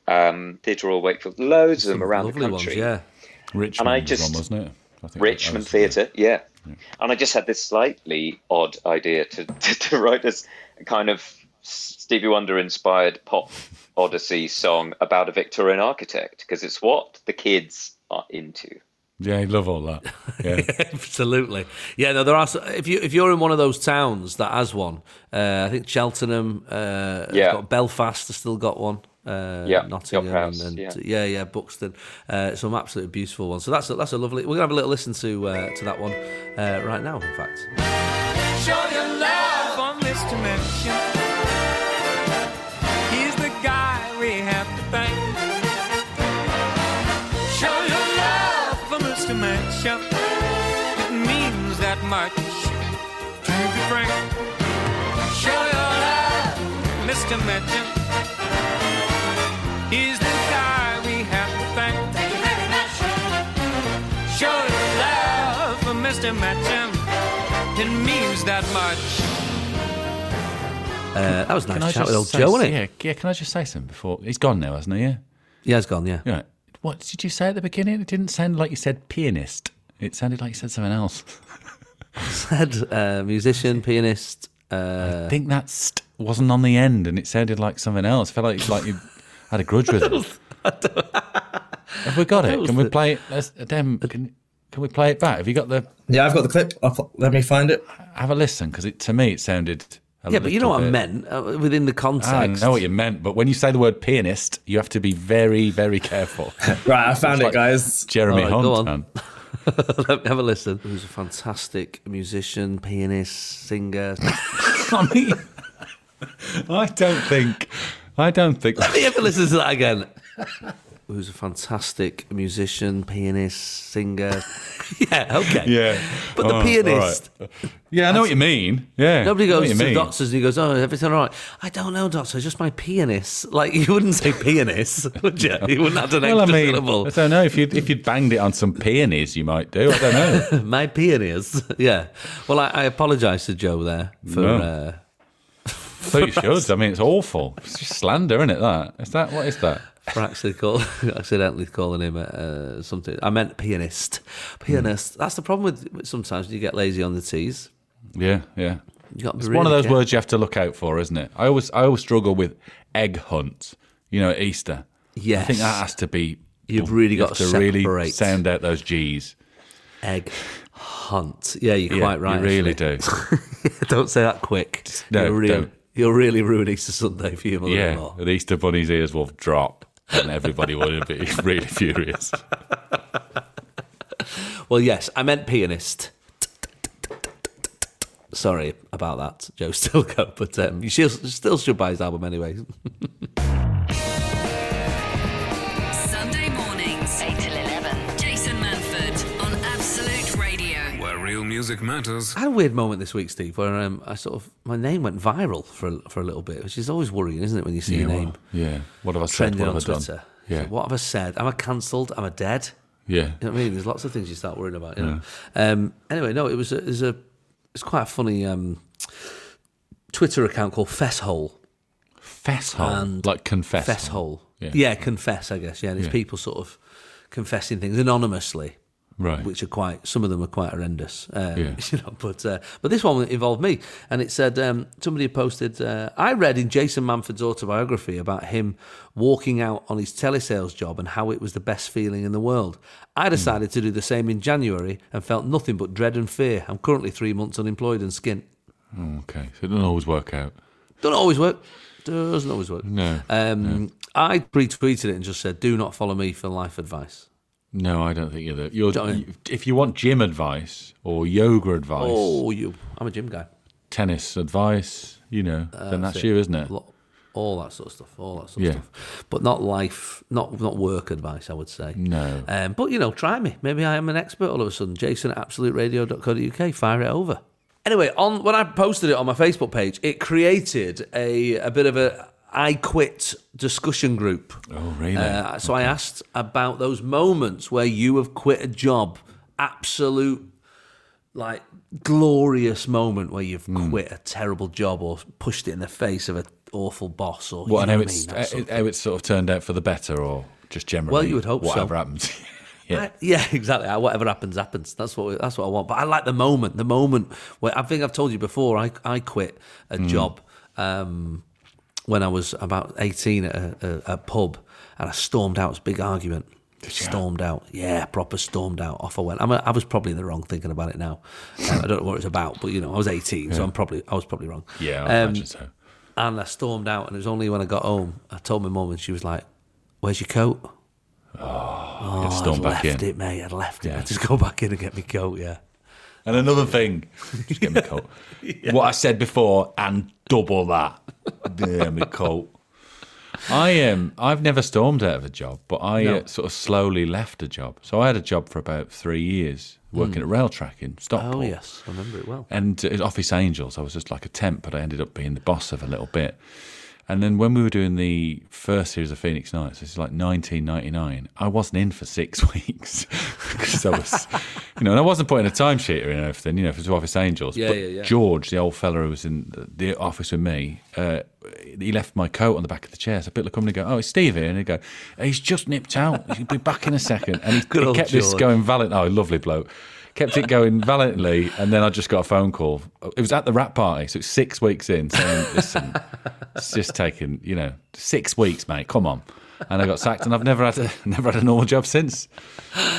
Um, Theatre Royal Wakefield. Loads of them around the
Lovely
country.
ones, yeah.
Richmond
I
was
just-
one, wasn't it? I think that-
Richmond
that was-
Theatre, yeah. And I just had this slightly odd idea to, to, to write this kind of Stevie Wonder inspired pop odyssey song about a Victorian architect because it's what the kids are into.
Yeah, I love all that. Yeah.
Absolutely. Yeah, no, there are. s- If you if you're in one of those towns that has one, uh, I think Cheltenham, uh, has
Yeah.
got Belfast has still got one. Uh,
Yeah,
Nottingham
York House,
and,
yeah.
yeah, yeah, Buxton. Uh, some absolutely beautiful ones. So that's a, that's a lovely. We're gonna have a little listen to uh, to that one uh, right now. In fact,
Show your love on this dimension. He's the guy we have to thank. Show your love on this dimension. It means that much. To be frank, show your love, Mr. Mention. He's the guy we have to thank. Thank you very much. Show your love for Mr. Mention. It means that much.
uh, that was a nice
Can I
chat
just
with old
say-
Joe, wasn't it?
Yeah, yeah, can I just say something before? He's gone now, hasn't he? Yeah.
Yeah, it's gone. Yeah,
yeah. What did you say at the beginning? It didn't sound like you said pianist. It sounded like you said something else.
said uh, musician, pianist. Uh,
I think that st wasn't on the end and it sounded like something else. felt like, like you had a grudge with him. Have we got it?
was
Can we
the-
play it? Let's, Dem, can, can we play it back? Have you got the.
Yeah, I've got the clip. I'll, let me find it.
Have a listen because to me it sounded. A
yeah, but you know what
little
I
bit- Ah,
meant uh, within the
I
context.
know what you meant, but when you say the word pianist, you have to be very, very careful.
Right, I found
It's
it,
like-
guys.
Jeremy
All right, go
Hunt.
on.
man.
Let me have a listen. He was a fantastic musician, pianist, singer.
I mean, I don't think. I don't think.
Have you ever listened to that again? Who's a fantastic musician, pianist, singer? yeah, okay.
Yeah.
But the
Oh, all
pianist.
right. Yeah, I know what you mean. Yeah.
Nobody
I know what
goes
you
to
mean.
doctors and he goes, "Oh, everything all right?" I don't know, doctor. Just my pianist. Like you wouldn't say pianist, would you? You wouldn't add an
Well, I
extra
mean,
syllable.
I don't know if you if you'd banged it on some peonies, you might do. I don't know.
my pianist. yeah. Well, I, I apologise to Joe there for.
No.
Uh,
so you should. I mean, it's awful. It's just slander, isn't it? That is that. What is that?
for actually call, accidentally calling him uh, something. I meant pianist.
Hmm.
Pianist. That's the problem with with sometimes you get lazy on the T's.
Yeah, yeah.
You got
It's one of those words you have to look out for, isn't it? I always I always struggle with egg hunt. You know, at Easter. I
Yes.
think that has to be.
You've really
you
got
have
to
to really
separate.
sound out those G's.
Egg hunt. Yeah, you're
Yeah,
quite right.
You really
actually.
do.
don't say that quick.
No,
you're, really,
don't.
you're really ruin Easter Sunday for your
Yeah,
mother-in-law.
the Easter Bunny's ears will drop, and everybody would be really furious.
Well, yes, I meant pianist. Sorry about that, Joe Stilco, but um, you still, still should buy his album anyway.
Sunday mornings, 8 till 11. Jason Manford on Absolute Radio.
Where real music matters.
I had a weird moment this week, Steve, where um, I sort of my name went viral for a, for a little bit, which is always worrying, isn't it? When you see your name
Well, yeah. What have I said?
trending
What
on
have I done?
Twitter.
Yeah.
So what have I said? Am I cancelled? Am I dead?
Yeah.
You know what I mean? There's lots of things you start worrying about. You know. Um, anyway, no, it was a, it was a it's quite a funny um, Twitter account called Fesshole.
Fesshole. like confess.
Confess hole.
Yeah.
Yeah. confess, I guess. Yeah, and it's people sort of confessing things anonymously,
Right.
Which are quite. Some of them are quite horrendous. Um,
Yeah.
You know, but uh, but this one involved me, and it said um, somebody had posted. Uh, I read in Jason Manford's autobiography about him walking out on his telesales job and how it was the best feeling in the world. I
Hmm.
decided to do the same in January and felt nothing but dread and fear. I'm currently three months unemployed and skint.
Okay. So it doesn't always work out.
Don't always work. Doesn't always work.
No.
Um, I retweeted it and just said, "Do not follow me for life advice."
No, I don't think you're the. You're,
Don't I?
if you want gym advice or yoga advice,
Oh, you! I'm a gym guy.
tennis advice, you know,
Uh,
then that's you, isn't it?
Lo- All that sort of stuff. All that sort
Yeah.
of stuff. But not life, not not work advice. I would say
No.
Um, but you know, try me. Maybe I am an expert all of a sudden. Jason at absoluteradio.co.uk. Fire it over. Anyway, on when I posted it on my Facebook page, it created a a bit of a I quit discussion group.
Oh, really?
Uh, so I asked about those moments where you have quit a job, absolute like glorious moment where you've quit a terrible job or pushed it in the face of an awful boss or
well,
you
and
know what
how
I
it's, uh,
mean, that sort of-
how it's sort of turned out for the better or just generally.
Well, you would hope so.
whatever happens. yeah.
I- yeah, exactly. I- Whatever happens, happens. That's what that's what I want. But I like the
Mm.
moment, the moment where I think I've told you before. I I quit a job um, when I was about 18 at a, a, a pub and I stormed out. It was a big argument. Stormed out. Yeah, proper stormed out. Off I went. I'm a, I was probably in the wrong thinking about it now. Um, I don't know what it was about, but you know, I was 18, so I'm probably I was probably wrong.
Yeah, I
Um,
imagine so.
And I stormed out, and it was only when I got home I told my mum, and she was like, "Where's your coat?"
Get
I'd
stormed back
oh, left
in.
it, mate. I'd left it.
Yeah.
I'd just go back in and get my coat. Yeah.
And another thing, just get me coat. What I said before and double that. Yeah, me coat. I Um, I've never stormed out of a job, but I uh, sort of slowly left a job. So I had a job for about three years working at rail track in Stockport.
Oh yes, I remember it well.
and uh, Office Angels. I was just like a temp, but I ended up being the boss of a little bit. And then when we were doing the first series of Phoenix Nights, this is like 1999, I wasn't in for six weeks because I was, you know, and I wasn't putting a timesheet in or anything, you know, for Office Angels.
Yeah,
but
yeah, yeah.
George, the old fella who was in the- the office with me, uh, he left my coat on the back of the chair. So people would come in and go, oh, it's Steve here. And he'd go, he's just nipped out. He'll be back in a second. And he,
Good
he
old
kept this
George.
going valiantly. Oh, lovely bloke. Kept it going valiantly, and then I just got a phone call. It was at the rap party, so it's six weeks in. Saying, "Listen, it's just taking you know six weeks, mate. Come on." And I got sacked, and I've never had a never had a normal job since.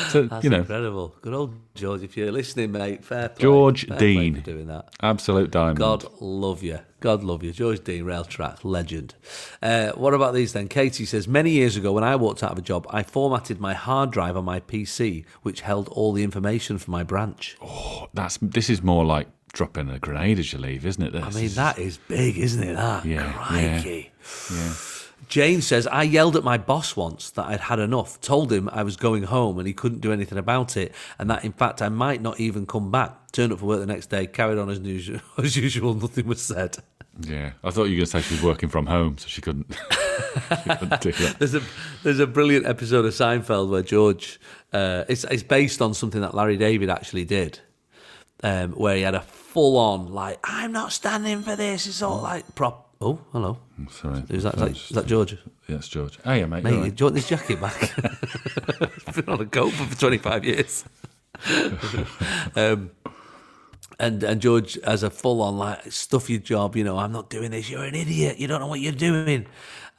So you know,
Incredible. Good old George. If you're listening, mate, fair play.
George
Fair play
Dean.
for doing that.
absolute diamond.
God love you. God love you. George Dean, rail track legend. Uh, what about these then? Katie says Many years ago, when I walked out of a job, I formatted my hard drive on my PC, which held all the information for my branch.
that's this is more like dropping a grenade as you leave, isn't it? This
I mean,
is-
that is big, isn't it? That.
Yeah,
Crikey. Jane says, I yelled at my boss once that I'd had enough, told him I was going home and he couldn't do anything about it, and that in fact I might not even come back. Turned up for work the next day, carried on as, nu- as usual, nothing was said.
yeah. I thought you were going to say she was working from home, so she couldn't. she couldn't do that.
There's a there's a brilliant episode of Seinfeld where George uh, it's it's based on something that Larry David actually did, um, where he had a full on like I'm not standing for this. It's all like prop. Oh, hello.
Mm, Sorry,
Is that, is that, is that George?
Yeah, it's George. Oh yeah, mate.
Mate,
you're right.
do you want this jacket back? it's been on a coat for 25 years. um, and and George has a full on like stuff your job. You know, I'm not doing this. You're an idiot. You don't know what you're doing.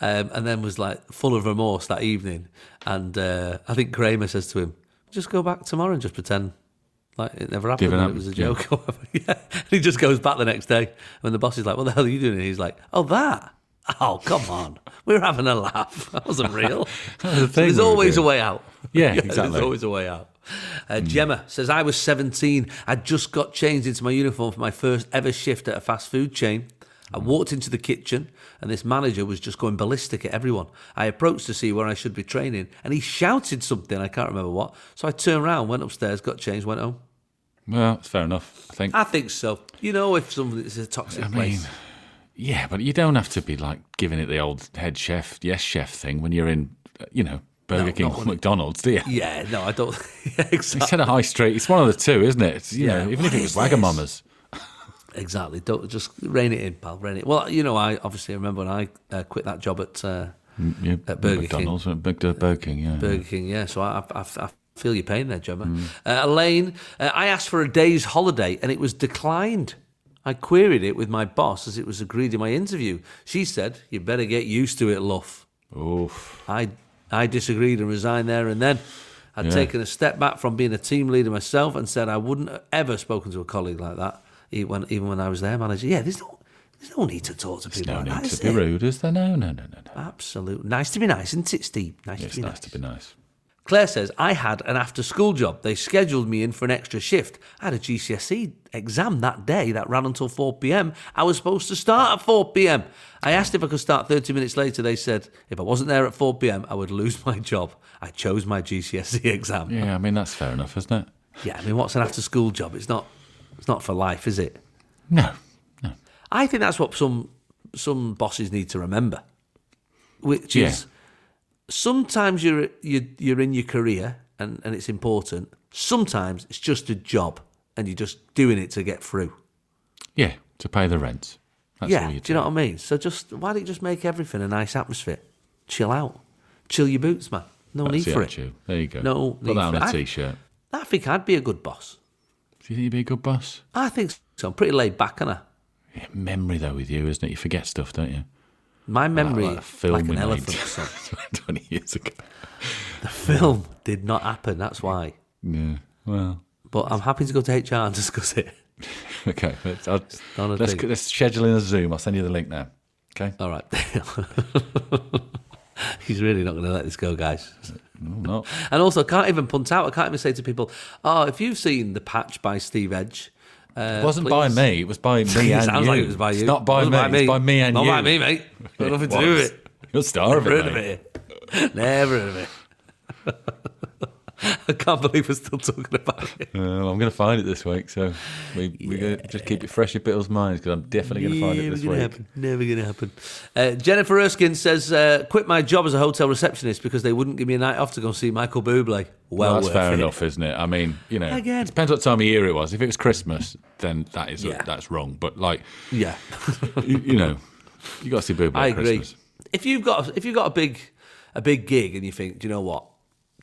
Um, and then was like full of remorse that evening. And uh, I think Kramer says to him, "Just go back tomorrow and just pretend." Like it never happened.
Given
and
up,
it was a
yeah.
joke. or whatever. yeah. And he just goes back the next day. When the boss is like, "What the hell are you doing?" And he's like, "Oh, that. Oh, come on. We were having a laugh. That wasn't real."
was the
So
thing
there's
we were
always a
doing.
way out.
Yeah, exactly.
There's always a way out. Uh, Gemma says, I was 17. I just got changed into my uniform for my first ever shift at a fast food chain.
Mm.
I walked into the kitchen and this manager was just going ballistic at everyone. I approached to see where I should be training and he shouted something, I can't remember what. So I turned around, went upstairs, got changed, went home.
Well, it's fair enough. I think.
I think so. You know, if something is a toxic
I mean,
place.
yeah, but you don't have to be like giving it the old head chef, yes chef thing when you're in, uh, you know, Burger King
not
or
when it-
McDonald's, do you?
Yeah, no, I don't. yeah, exactly.
It's at a high street. It's one of the two, isn't it? It's, you
Yeah,
know, even
what
if it
is
was
this?
Wagamama's.
Exactly. Don't just rein it in, pal. Rein it. Well, you know, I obviously remember when I uh, quit that job at uh,
Yeah,
At Burger King.
McDonald's, King. Burger King, yeah.
Burger King. Yeah, so I, I, I feel your pain there, Gemma.
Mm.
Uh, Elaine, uh, I asked for a day's holiday and it was declined. I queried it with my boss as it was agreed in my interview. She said, "You better get used to it, Luff."
Oof.
I I disagreed and resigned there and then. I'd taken a step back from being a team leader myself and said I wouldn't have ever spoken to a colleague like that, even when, even when I was their manager. Yeah, there's no, there's no need to talk to people
No
like
need
that.
to
is
be
there?
rude, is there? No, no, no, no, no.
Absolute. Nice to be nice, isn't it, Steve? Nice
It's
to be
nice
nice.
to be nice.
Claire says, I had an after school job. They scheduled me in for an extra shift. I had a GCSE E exam that day that ran until 4 pm. I was supposed to start at 4 pm. I asked if I could start 30 minutes later. They said, if I wasn't there at 4 pm, I would lose my job. I chose my GCSE E exam. Yeah,
Yeah, I mean, that's fair enough, isn't it?
I mean, what's an after school job? It's not, it's not for life, is it?
No.
I think that's what some some bosses need to remember, which is sometimes you're you're, you're in your career and, and it's important. Sometimes it's just a job and you're just doing it to get through.
Yeah, to pay the rent. That's
yeah,
all
do
you
you know what I mean? So just why don't you just make everything a nice atmosphere? Chill out, chill your boots, man. No
That's
need
the
for it.
attitude. There you go.
No
Put
need
that on
for it.
a
I-
t-shirt.
I think I'd be a good boss.
Do you think you'd be a good boss?
I think so. I'm pretty laid back, and I.
memory though with you, isn't it? You forget stuff, don't you?
My memory,
Like a film
like
we
an
made
elephant. son.
20 years ago.
the film did not happen. That's why.
Yeah. Well,
But I'm happy to go to HR and discuss it.
okay. Let's, I'll,
not a
let's,
thing. Uh,
let's schedule in a Zoom. I'll send you the link now. Okay.
All right. He's really not going to let this go, guys.
No, no.
And also, I can't even punt out. I can't even say to people, "Oh, if you've seen the patch by Steve Edge." Uh,
It wasn't by
please-
me. It was by
it
me and
sounds
you.
like it was by you.
It's not by
It
me.
wasn't
It's by me and
not
you.
by me, mate. Got nothing to do
was.
with it.
You're starving,
Never heard of
mate.
it. Never heard of it. I can't believe we're still talking about it.
Uh, I'm going to find it this week, so we, we're going to just keep it fresh in people's minds because I'm definitely going to find it
Never
this
gonna
week.
Happen. Never going to happen. Uh, Jennifer Erskine says, uh, "Quit my job as a hotel receptionist because they wouldn't give me a night off to go see Michael Bublé." Well,
That's
worth
fair
it.
enough, isn't it? I mean, you know,
Again.
it depends what time of year it was. If it was Christmas, then that is
Yeah.
that's wrong. But like,
Yeah,
you, you know, you got to see Boob
I
at
agree.
Christmas.
If you've got if you've got a big a big gig and you think, do you know what,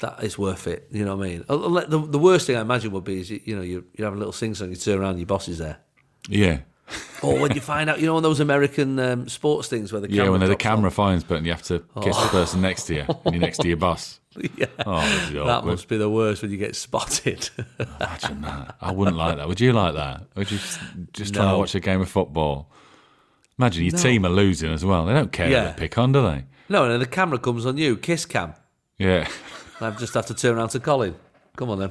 that is worth it. You know what I mean? Uh, let- The, the worst thing I imagine would be is you, you know you're, you're having a little sing song, you turn around, and your boss is there.
Yeah,
Or when you find out, you know, on those American um, sports things where the
yeah.
camera
When the
drops on.
camera finds, but you have to kiss the person next to you, and you're next to your bus.
yeah.
Oh, this is
that
awkward.
must be the worst when you get spotted.
Imagine that. I wouldn't like that. Would you like that? Would you just, just trying to
No.
watch a game of football? Imagine your team are losing as well. They don't care who
Yeah.
they pick on, do they?
no, and then the camera comes on you, kiss cam.
Yeah.
And I've just have to turn around to Colin. Come on then.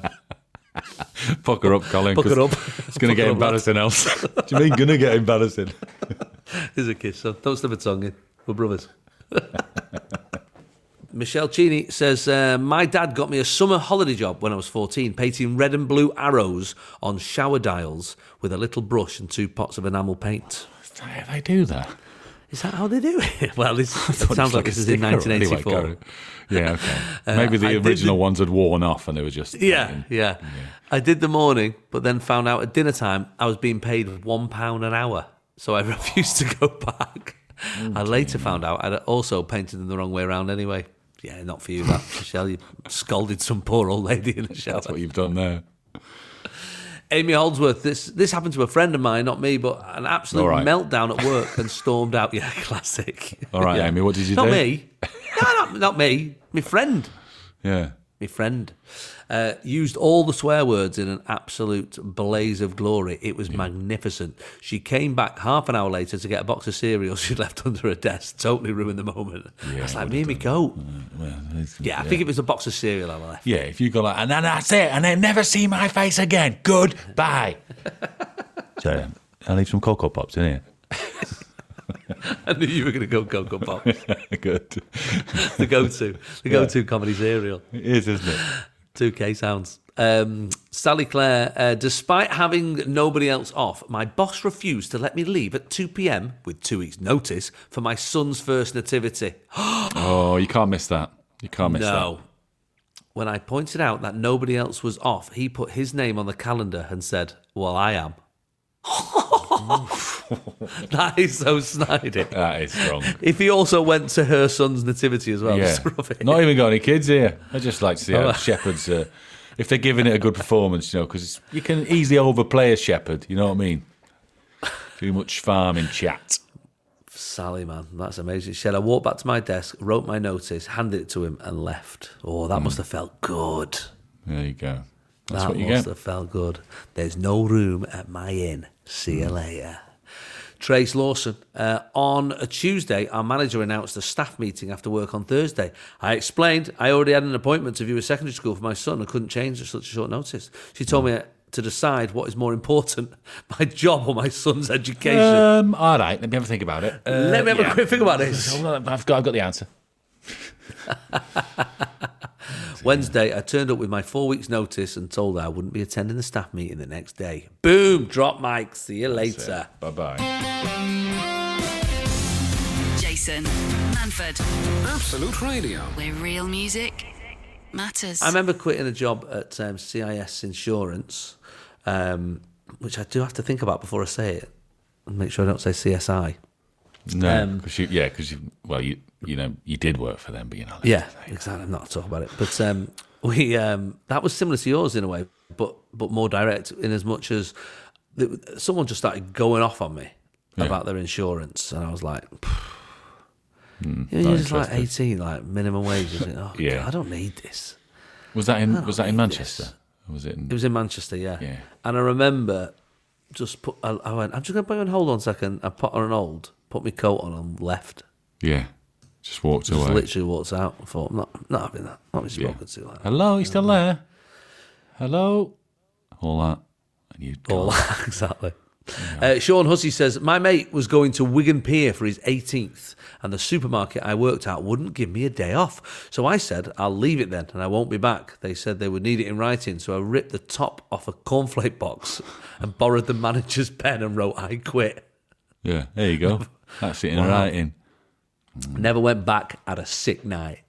Fuck her up, Colin.
Fuck her
'cause
up.
It's going
Fuck her
to get
up,
embarrassing else. Do you mean going to get embarrassing?
Here's a kiss. So don't slip a tongue in. We're brothers. Michelle Cheney says, uh, My dad got me a summer holiday job when I was 14, painting red and blue arrows on shower dials with a little brush and two pots of enamel paint.
They do that.
Is that how they do it? Well, this
Thought
it
it
sounds
was
like
a
this is in
sticker. Anyway,
1984.
go. yeah, okay. Maybe
I
the
did
original
the-
ones had worn off and they were just.
Yeah, yeah, I did the morning, but then found out at dinner time I was being paid one pound an hour, so I refused to go back. I later found out I'd also painted them the wrong way around anyway. Yeah, not for you, that Michelle. You scolded some poor old lady in the shower.
That's what you've done there.
Amy Holdsworth. This this happened to a friend of mine, not me, but an absolute
All right.
meltdown at work and stormed out. Yeah, classic.
All right,
Yeah.
Amy, what did you
Not
do?
me. No, not, not me. My friend
Yeah.
my friend, uh, used all the swear words in an absolute blaze of glory. It was magnificent. She came back half an hour later to get a box of cereal she'd left under her desk. Totally ruined the moment. That's
Yeah,
I was
I
like,
would've
me and me coat.
Well, it's-
Yeah, I think it was a box of cereal I left.
Yeah, if you go like, and then that's it, and then never see my face again. Goodbye. so I leave some cocoa pops in
I knew you were going to go Cocoa Pop,
here. Good.
the go-to, the go-to comedy cereal.
It is, isn't it?
2K sounds. Um, Sally Clare, uh, despite having nobody else off, my boss refused to let me leave at 2 p.m. with two weeks' notice for my son's first nativity.
Oh, you can't miss that. You can't miss
No. When I pointed out that nobody else was off, he put his name on the calendar and said, Well, I am. that is so snidey.
that. That is wrong.
If he also went to her son's nativity as well,
yeah.
just rub it.
Not even got any kids here. I just like to see how
Oh.
shepherds uh, if they're giving it a good performance, you know, because you can easily overplay a shepherd. You know what I mean? Too much farming chat.
Sally, man, that's amazing. She said, I walked back to my desk, wrote my notice, handed it to him, and left. Oh, that must have felt good.
There you go. That's
that
what you
must
get.
have felt good. There's no room at my inn. See
Hmm.
you later. Trace Lawson. Uh, on a Tuesday, our manager announced a staff meeting after work on Thursday. I explained I already had an appointment to view a secondary school for my son and couldn't change at such a short notice. She told me uh, to decide what is more important, my job or my son's education.
Um, all right, let me have a think about it. Uh,
Let me have
yeah.
a quick think about this.
Hold on, I've got, I've got the answer.
Wednesday, I turned up with my four weeks' notice and told her I wouldn't be attending the staff meeting the next day. Boom, drop mic. See you later.
Bye bye.
Jason Manford,
Absolute Radio.
where real music
Matters.
I remember quitting a job at um, CIS Insurance, um, which I do have to think about before I say it and make sure I don't say CSI.
No,
Um,
because you, yeah, because you, well, you, you know, you did work for them, but you know,
Yeah, exactly. I'm not talking about it, but um, we um, that was similar to yours in a way, but but more direct in as much as th- someone just started going off on me about their insurance, and I was like, You know,
Hmm. not
you're just like
interested.
18, like minimum wage. Isn't it? Oh,
Yeah.
God, I don't need this.
Was that in was that in
need
Manchester?
this.
Or was it? In,
Oh, It was in Manchester, yeah.
Yeah.
And I remember just put. I, I went. I'm just going to put you on hold on a second. I put her on hold. Put my coat on and left.
yeah, just walked
Just
away.
literally walked out. I thought, I'm not, I'm not having that. Not being
Yeah.
spoken to like that.
Hello, you still there? Hello, all that, and you
All exactly. Uh, Sean Hussey says, My mate was going to Wigan Pier for his 18th, and the supermarket I worked at wouldn't give me a day off. So I said, I'll leave it then, and I won't be back. They said they would need it in writing, so I ripped the top off a cornflake box and borrowed the manager's pen and wrote, I quit.
Yeah, there you go. That's it in writing.
Never went back, had a sick night.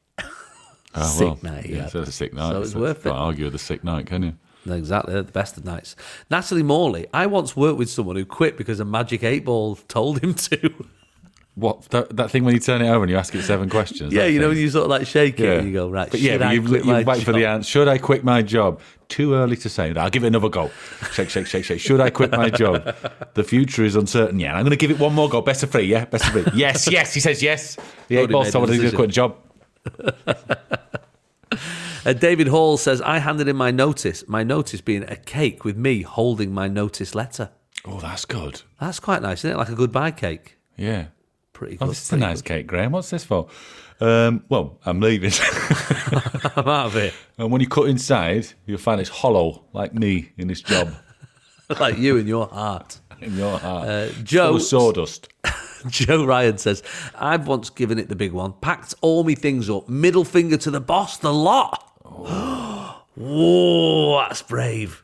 Oh,
Sick night, yeah.
so it's a sick night.
So it's worth
Can't
it.
argue with a sick night, can you?
Exactly, they're the best of nights. Natalie Morley, I once worked with someone who quit because a magic eight ball told him to.
What that, that thing when you turn it over and you ask it seven questions?
yeah,
that
you know,
thing?
when you sort of like shake it and you go, right,
But yeah,
should
but
I
you,
quit
you
my
wait for the
job?
answer. Should I quit my job? Too early to say. I'll give it another go. Shake, shake, shake, shake. Should I quit my job? The future is uncertain. Yeah, I'm going to give it one more go. Best of three. Yeah, best of three. Yes, yes. He says yes. The
Already
eight ball
made the
someone going to
decision.
quit a job.
Uh, David Hall says, I handed in my notice, my notice being a cake with me holding my notice letter.
Oh, that's good.
That's quite nice, isn't it? Like a goodbye cake.
Yeah.
Pretty good.
Oh, this is a
pretty
nice cake, Graham. What's this for? Um, well, I'm leaving.
good. I'm out of it.
and when you cut inside, you'll find it's hollow, like me in this job,
like you in your heart.
in your heart. Full
Joe,
of sawdust.
Joe Ryan says, I've once given it the big one, packed all me things up, middle finger to the boss, the lot. Whoa, that's brave.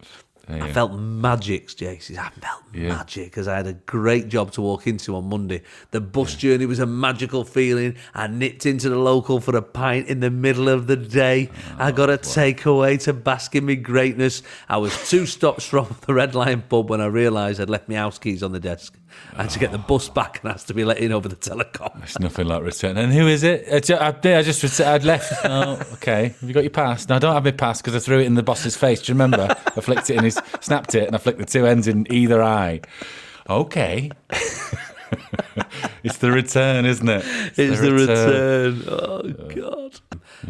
I
Yeah.
felt magic, Jace. I felt
Yeah.
magic because I had a great job to walk into on Monday. The bus journey was a magical feeling. I nipped into the local for a pint in the middle of the day.
Oh,
I got a takeaway to bask in my greatness. I was two stops from the Red Lion pub when I realised I'd left my house keys on the desk. I had to
Oh.
get the bus back and asked to be let in over the telecom.
It's nothing like return. And who is it? It's, I, I just ret- I'd left. Oh, okay. Have you got your pass? No, I don't have my pass because I threw it in the boss's face. Do you remember? I flicked it in his, snapped it, and I flicked the two ends in either eye. Okay. it's the return, isn't it?
It's the return. Oh, God.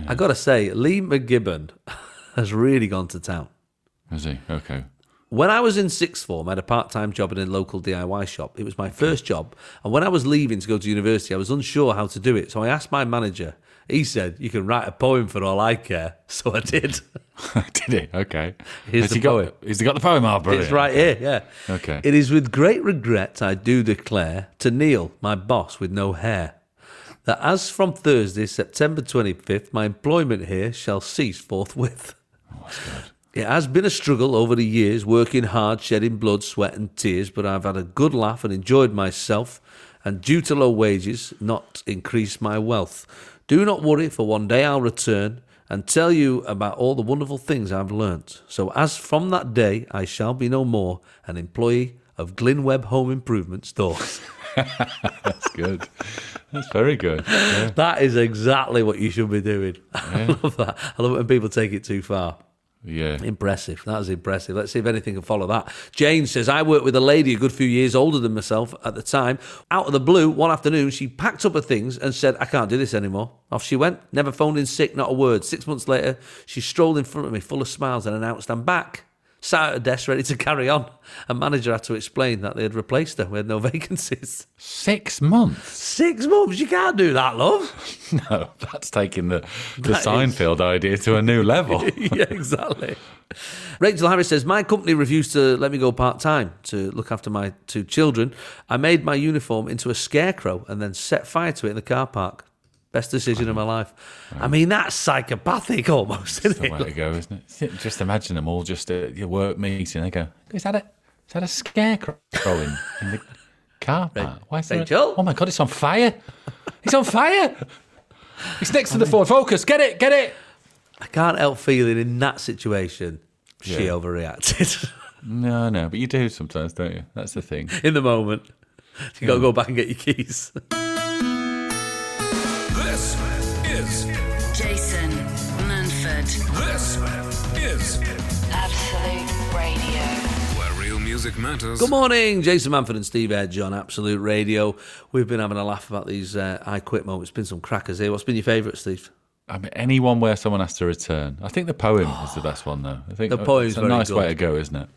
I got to say, Lee McGibbon has really gone to town.
Is he? Okay.
When I was in sixth form, I had a part time job in a local DIY shop. It was my first job. And when I was leaving to go to university, I was unsure how to do it. So I asked my manager. He said, You can write a poem for all I care. So I did.
Did he? Okay.
Here's
Has
the
he got,
poem.
Has he got the poem? Oh, brilliant.
It's right here, yeah.
Okay.
It is with great regret I do declare to Neil, my boss with no hair, that as from Thursday, September 25th, my employment here shall cease forthwith. It has been a struggle over the years, working hard, shedding blood, sweat, and tears, but I've had a good laugh and enjoyed myself, and due to low wages, not increased my wealth. Do not worry, for one day I'll return and tell you about all the wonderful things I've learnt. So, as from that day, I shall be no more an employee of Glinweb Home Improvement Stores.
That's good. That's very good. Yeah.
that is exactly what you should be doing. I love that. I love it when people take it too far.
Yeah.
Impressive. That was impressive. Let's see if anything can follow that. Jane says, I worked with a lady a good few years older than myself at the time. Out of the blue, one afternoon, she packed up her things and said, I can't do this anymore. Off she went. Never phoned in sick, not a word. Six months later, she strolled in front of me full of smiles and announced, I'm back. Sat at a desk ready to carry on. A manager had to explain that they had replaced her. We had no vacancies.
Six months.
Six months? You can't do that, love.
No, that's taking the, the
That is-
Seinfeld idea to a new level.
yeah, exactly. Rachel Harris says, My company refused to let me go part time to look after my two children. I made my uniform into a scarecrow and then set fire to it in the car park. Best decision of my life. I mean, that's psychopathic almost, isn't
the way to
it?
go, isn't it? Just imagine them all just at your work meeting. They go, "Is that a is that a scarecrow in, in the car park? Why is there a-
Rachel?
oh my god, it's on fire! It's on fire! It's next to the Ford Focus. Get it, get it.
I can't help feeling in that situation, she
Yeah.
overreacted
No, no, but you do sometimes, don't you? That's the thing.
in the moment. You got to go back and get your keys.
This is
Jason Manford,
this is
Absolute Radio.
where real music Music matters.
Good morning, Jason Manford and Steve Edge on Absolute Radio. We've been having a laugh about these uh, I Quit moments. Been some crackers here. What's been your favourite, Steve?
I mean, anyone where someone has to return. I think the poem is the best one, though. I think
The poem's
it's a
very
nice
good.
way to go, isn't it?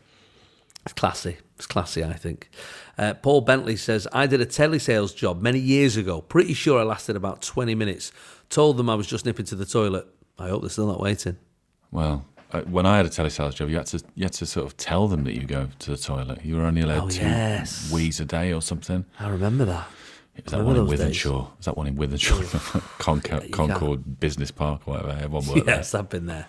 It's classy. It's classy, I think. Uh, Paul Bentley says, I did a telesales job many years ago. Pretty sure I lasted about 20 minutes. Told them I was just nipping to the toilet. I hope they're still not waiting.
Well, uh, when I had a telesales job, you had to you had to sort of tell them that you go to the toilet. You were only allowed
Oh,
two
yes.
wheeze a day or something.
I remember that.
It was that one
Remember
in
those days?
Withenshaw. It was that one in Withenshaw, Concord,
you
Concord Business Park, or whatever. Everyone worked there.
Yes, I've been there.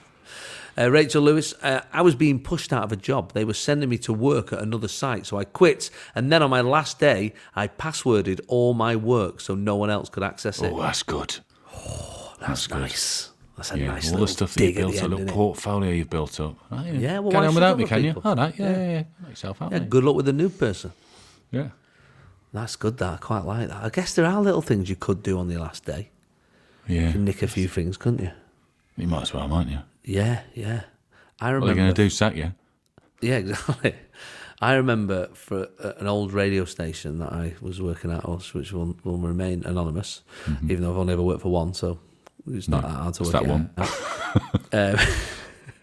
Uh, Rachel Lewis, uh, I was being pushed out of a job. They were sending me to work at another site, so I quit. And then on my last day, I passworded all my work so no one else could access it.
Oh, that's good.
that's nice. That's a
Yeah,
nice
all
little
the stuff that you
dig at
built
the
up,
end,
little
innit?
portfolio you've built up. Right,
Yeah, well, why
carry on
should
without me,
other
can you?
people?
All right, yeah, yeah, yeah. Knock yourself out.
Yeah,
mate.
good luck with the new person.
Yeah.
That's good. That I quite like that. I guess there are little things you could do on your last day.
Yeah.
Nick a few things, couldn't you?
You might as well, mightn't you?
Yeah, yeah. I
What are
remember.
you going to do, sack you?
Yeah, exactly. I remember for a- an old radio station that I was working at, us, which will, will remain anonymous, even though I've only ever worked for one, so it's not
No,
that hard to
Mm-hmm. it's
work it
that one.
out. um,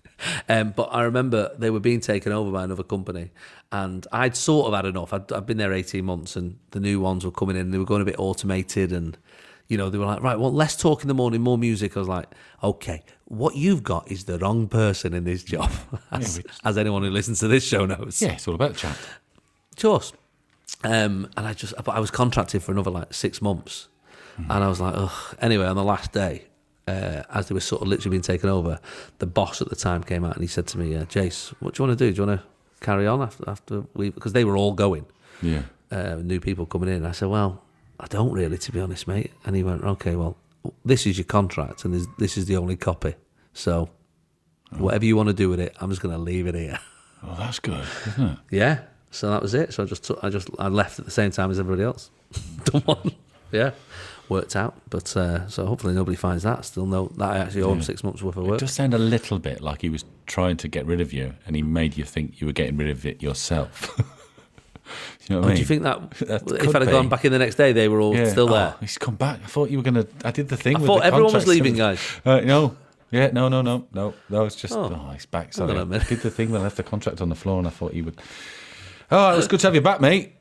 um, but I remember they were being taken over by another company, and I'd sort of had enough. I'd, I'd been there 18 months, and the new ones were coming in, and they were going a bit automated, and you know, they were like, right, well, less talk in the morning, more music. I was like, okay, what you've got is the wrong person in this job, as,
which-
as anyone who listens to this show knows.
Yeah, it's all about the chat.
Of course. Um, and I just, but I was contracted for another like six months, and I was like, ugh. Anyway, on the last day, uh, as they were sort of literally being taken over, the boss at the time came out and he said to me, uh, "Jace, what do you want to do? Do you want to carry on after after we? Because they were all going,
Yeah.
uh, new people coming in." I said, "Well, I don't really, to be honest, mate." And he went, "Okay, well, this is your contract, and this, this is the only copy. So, whatever you want to do with it, I'm just going to leave it here."
Oh, that's good, isn't it?
Yeah. So that was it. So I just took, I just I left at the same time as everybody else. Done one. Yeah. Worked out. But uh, so hopefully nobody finds that. Still no that I actually owe him six months worth of work.
Does sound a little bit like he was trying to get rid of you, and he made you think you were getting rid of it yourself. you know what I
Oh, Do
mean?
you think that,
That
if
could
I'd have gone
be.
back in the next day they were all
Yeah.
still there?
Oh, he's come back. I thought you were gonna. I did the thing.
I
with
thought
the
everyone was
contracts.
leaving, guys.
Uh, no. Yeah. No. No. No. No. No. It's just.
Oh.
Oh, he's back.
Hang on
Sorry.
a
I
minute.
did the thing. when I left the contract on the floor, and I thought you would. Oh, it's good to have you back, mate.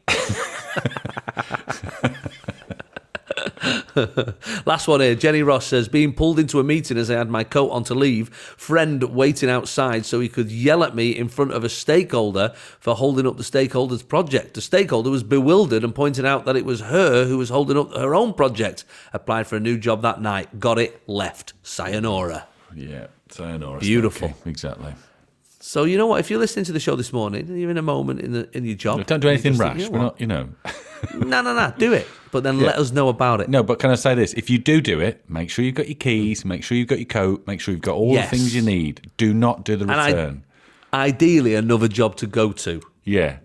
Last one here. Jenny Ross says, being pulled into a meeting as I had my coat on to leave, friend waiting outside so he could yell at me in front of a stakeholder for holding up the stakeholder's project. The stakeholder was bewildered and pointed out that it was her who was holding up her own project. Applied for a new job that night, got it, left. Sayonara.
Yeah. Sayonara.
Beautiful.
Spanky. Exactly.
So you know what? If you're listening to the show this morning and you're in a moment in the in your job,
Don't do
you
anything
just think,
rash.
you know
We're
what?
not. You know.
No, no, no. Do it, but then let us know about it.
No, but can I say this? If you do do it, make sure you've got your keys, make sure you've got your coat, make sure you've got all
Yes.
the things you need. Do not do the
I-
return.
Ideally, another job to go to.
yeah.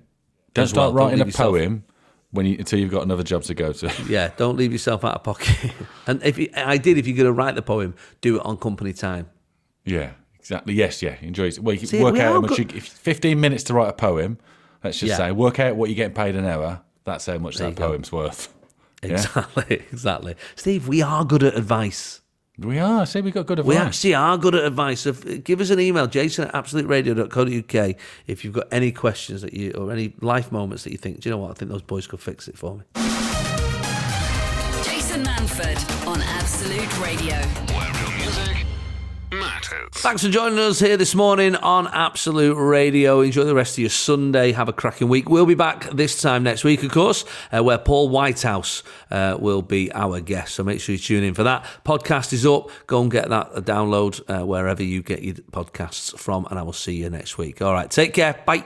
Don't
As well,
start
don't
writing
leave
a
yourself-
poem when you, until you've got another job to go to.
Yeah, don't leave yourself out of pocket. and if you, I did, if you're going to write the poem, do it on company time.
yeah, exactly. Yes, yeah. Enjoy it. Well, you can
See,
work
we
out
are
how much
go-
you if 15 minutes to write a poem, let's just
Yeah.
say, work out what you're getting paid an hour. That's how much
There you
that
go.
poem's worth. Yeah.
Exactly, exactly. Steve, we are good at advice.
We are. See, we got good advice.
We actually are good at advice. So if- give us an email, jason at absoluteradio.co.uk, if you've got any questions that you or any life moments that you think, do you know what? I think those boys could fix it for me.
Jason Manford on Absolute Radio.
Where real music matters.
Thanks for joining us here this morning on Absolute Radio. Enjoy the rest of your Sunday. Have a cracking week. We'll be back this time next week, of course, uh, where Paul Whitehouse uh, will be our guest. So make sure you tune in for that. Podcast is up. Go and get that uh, a download uh, wherever you get your podcasts from, and I will see you next week. All right, take care. Bye.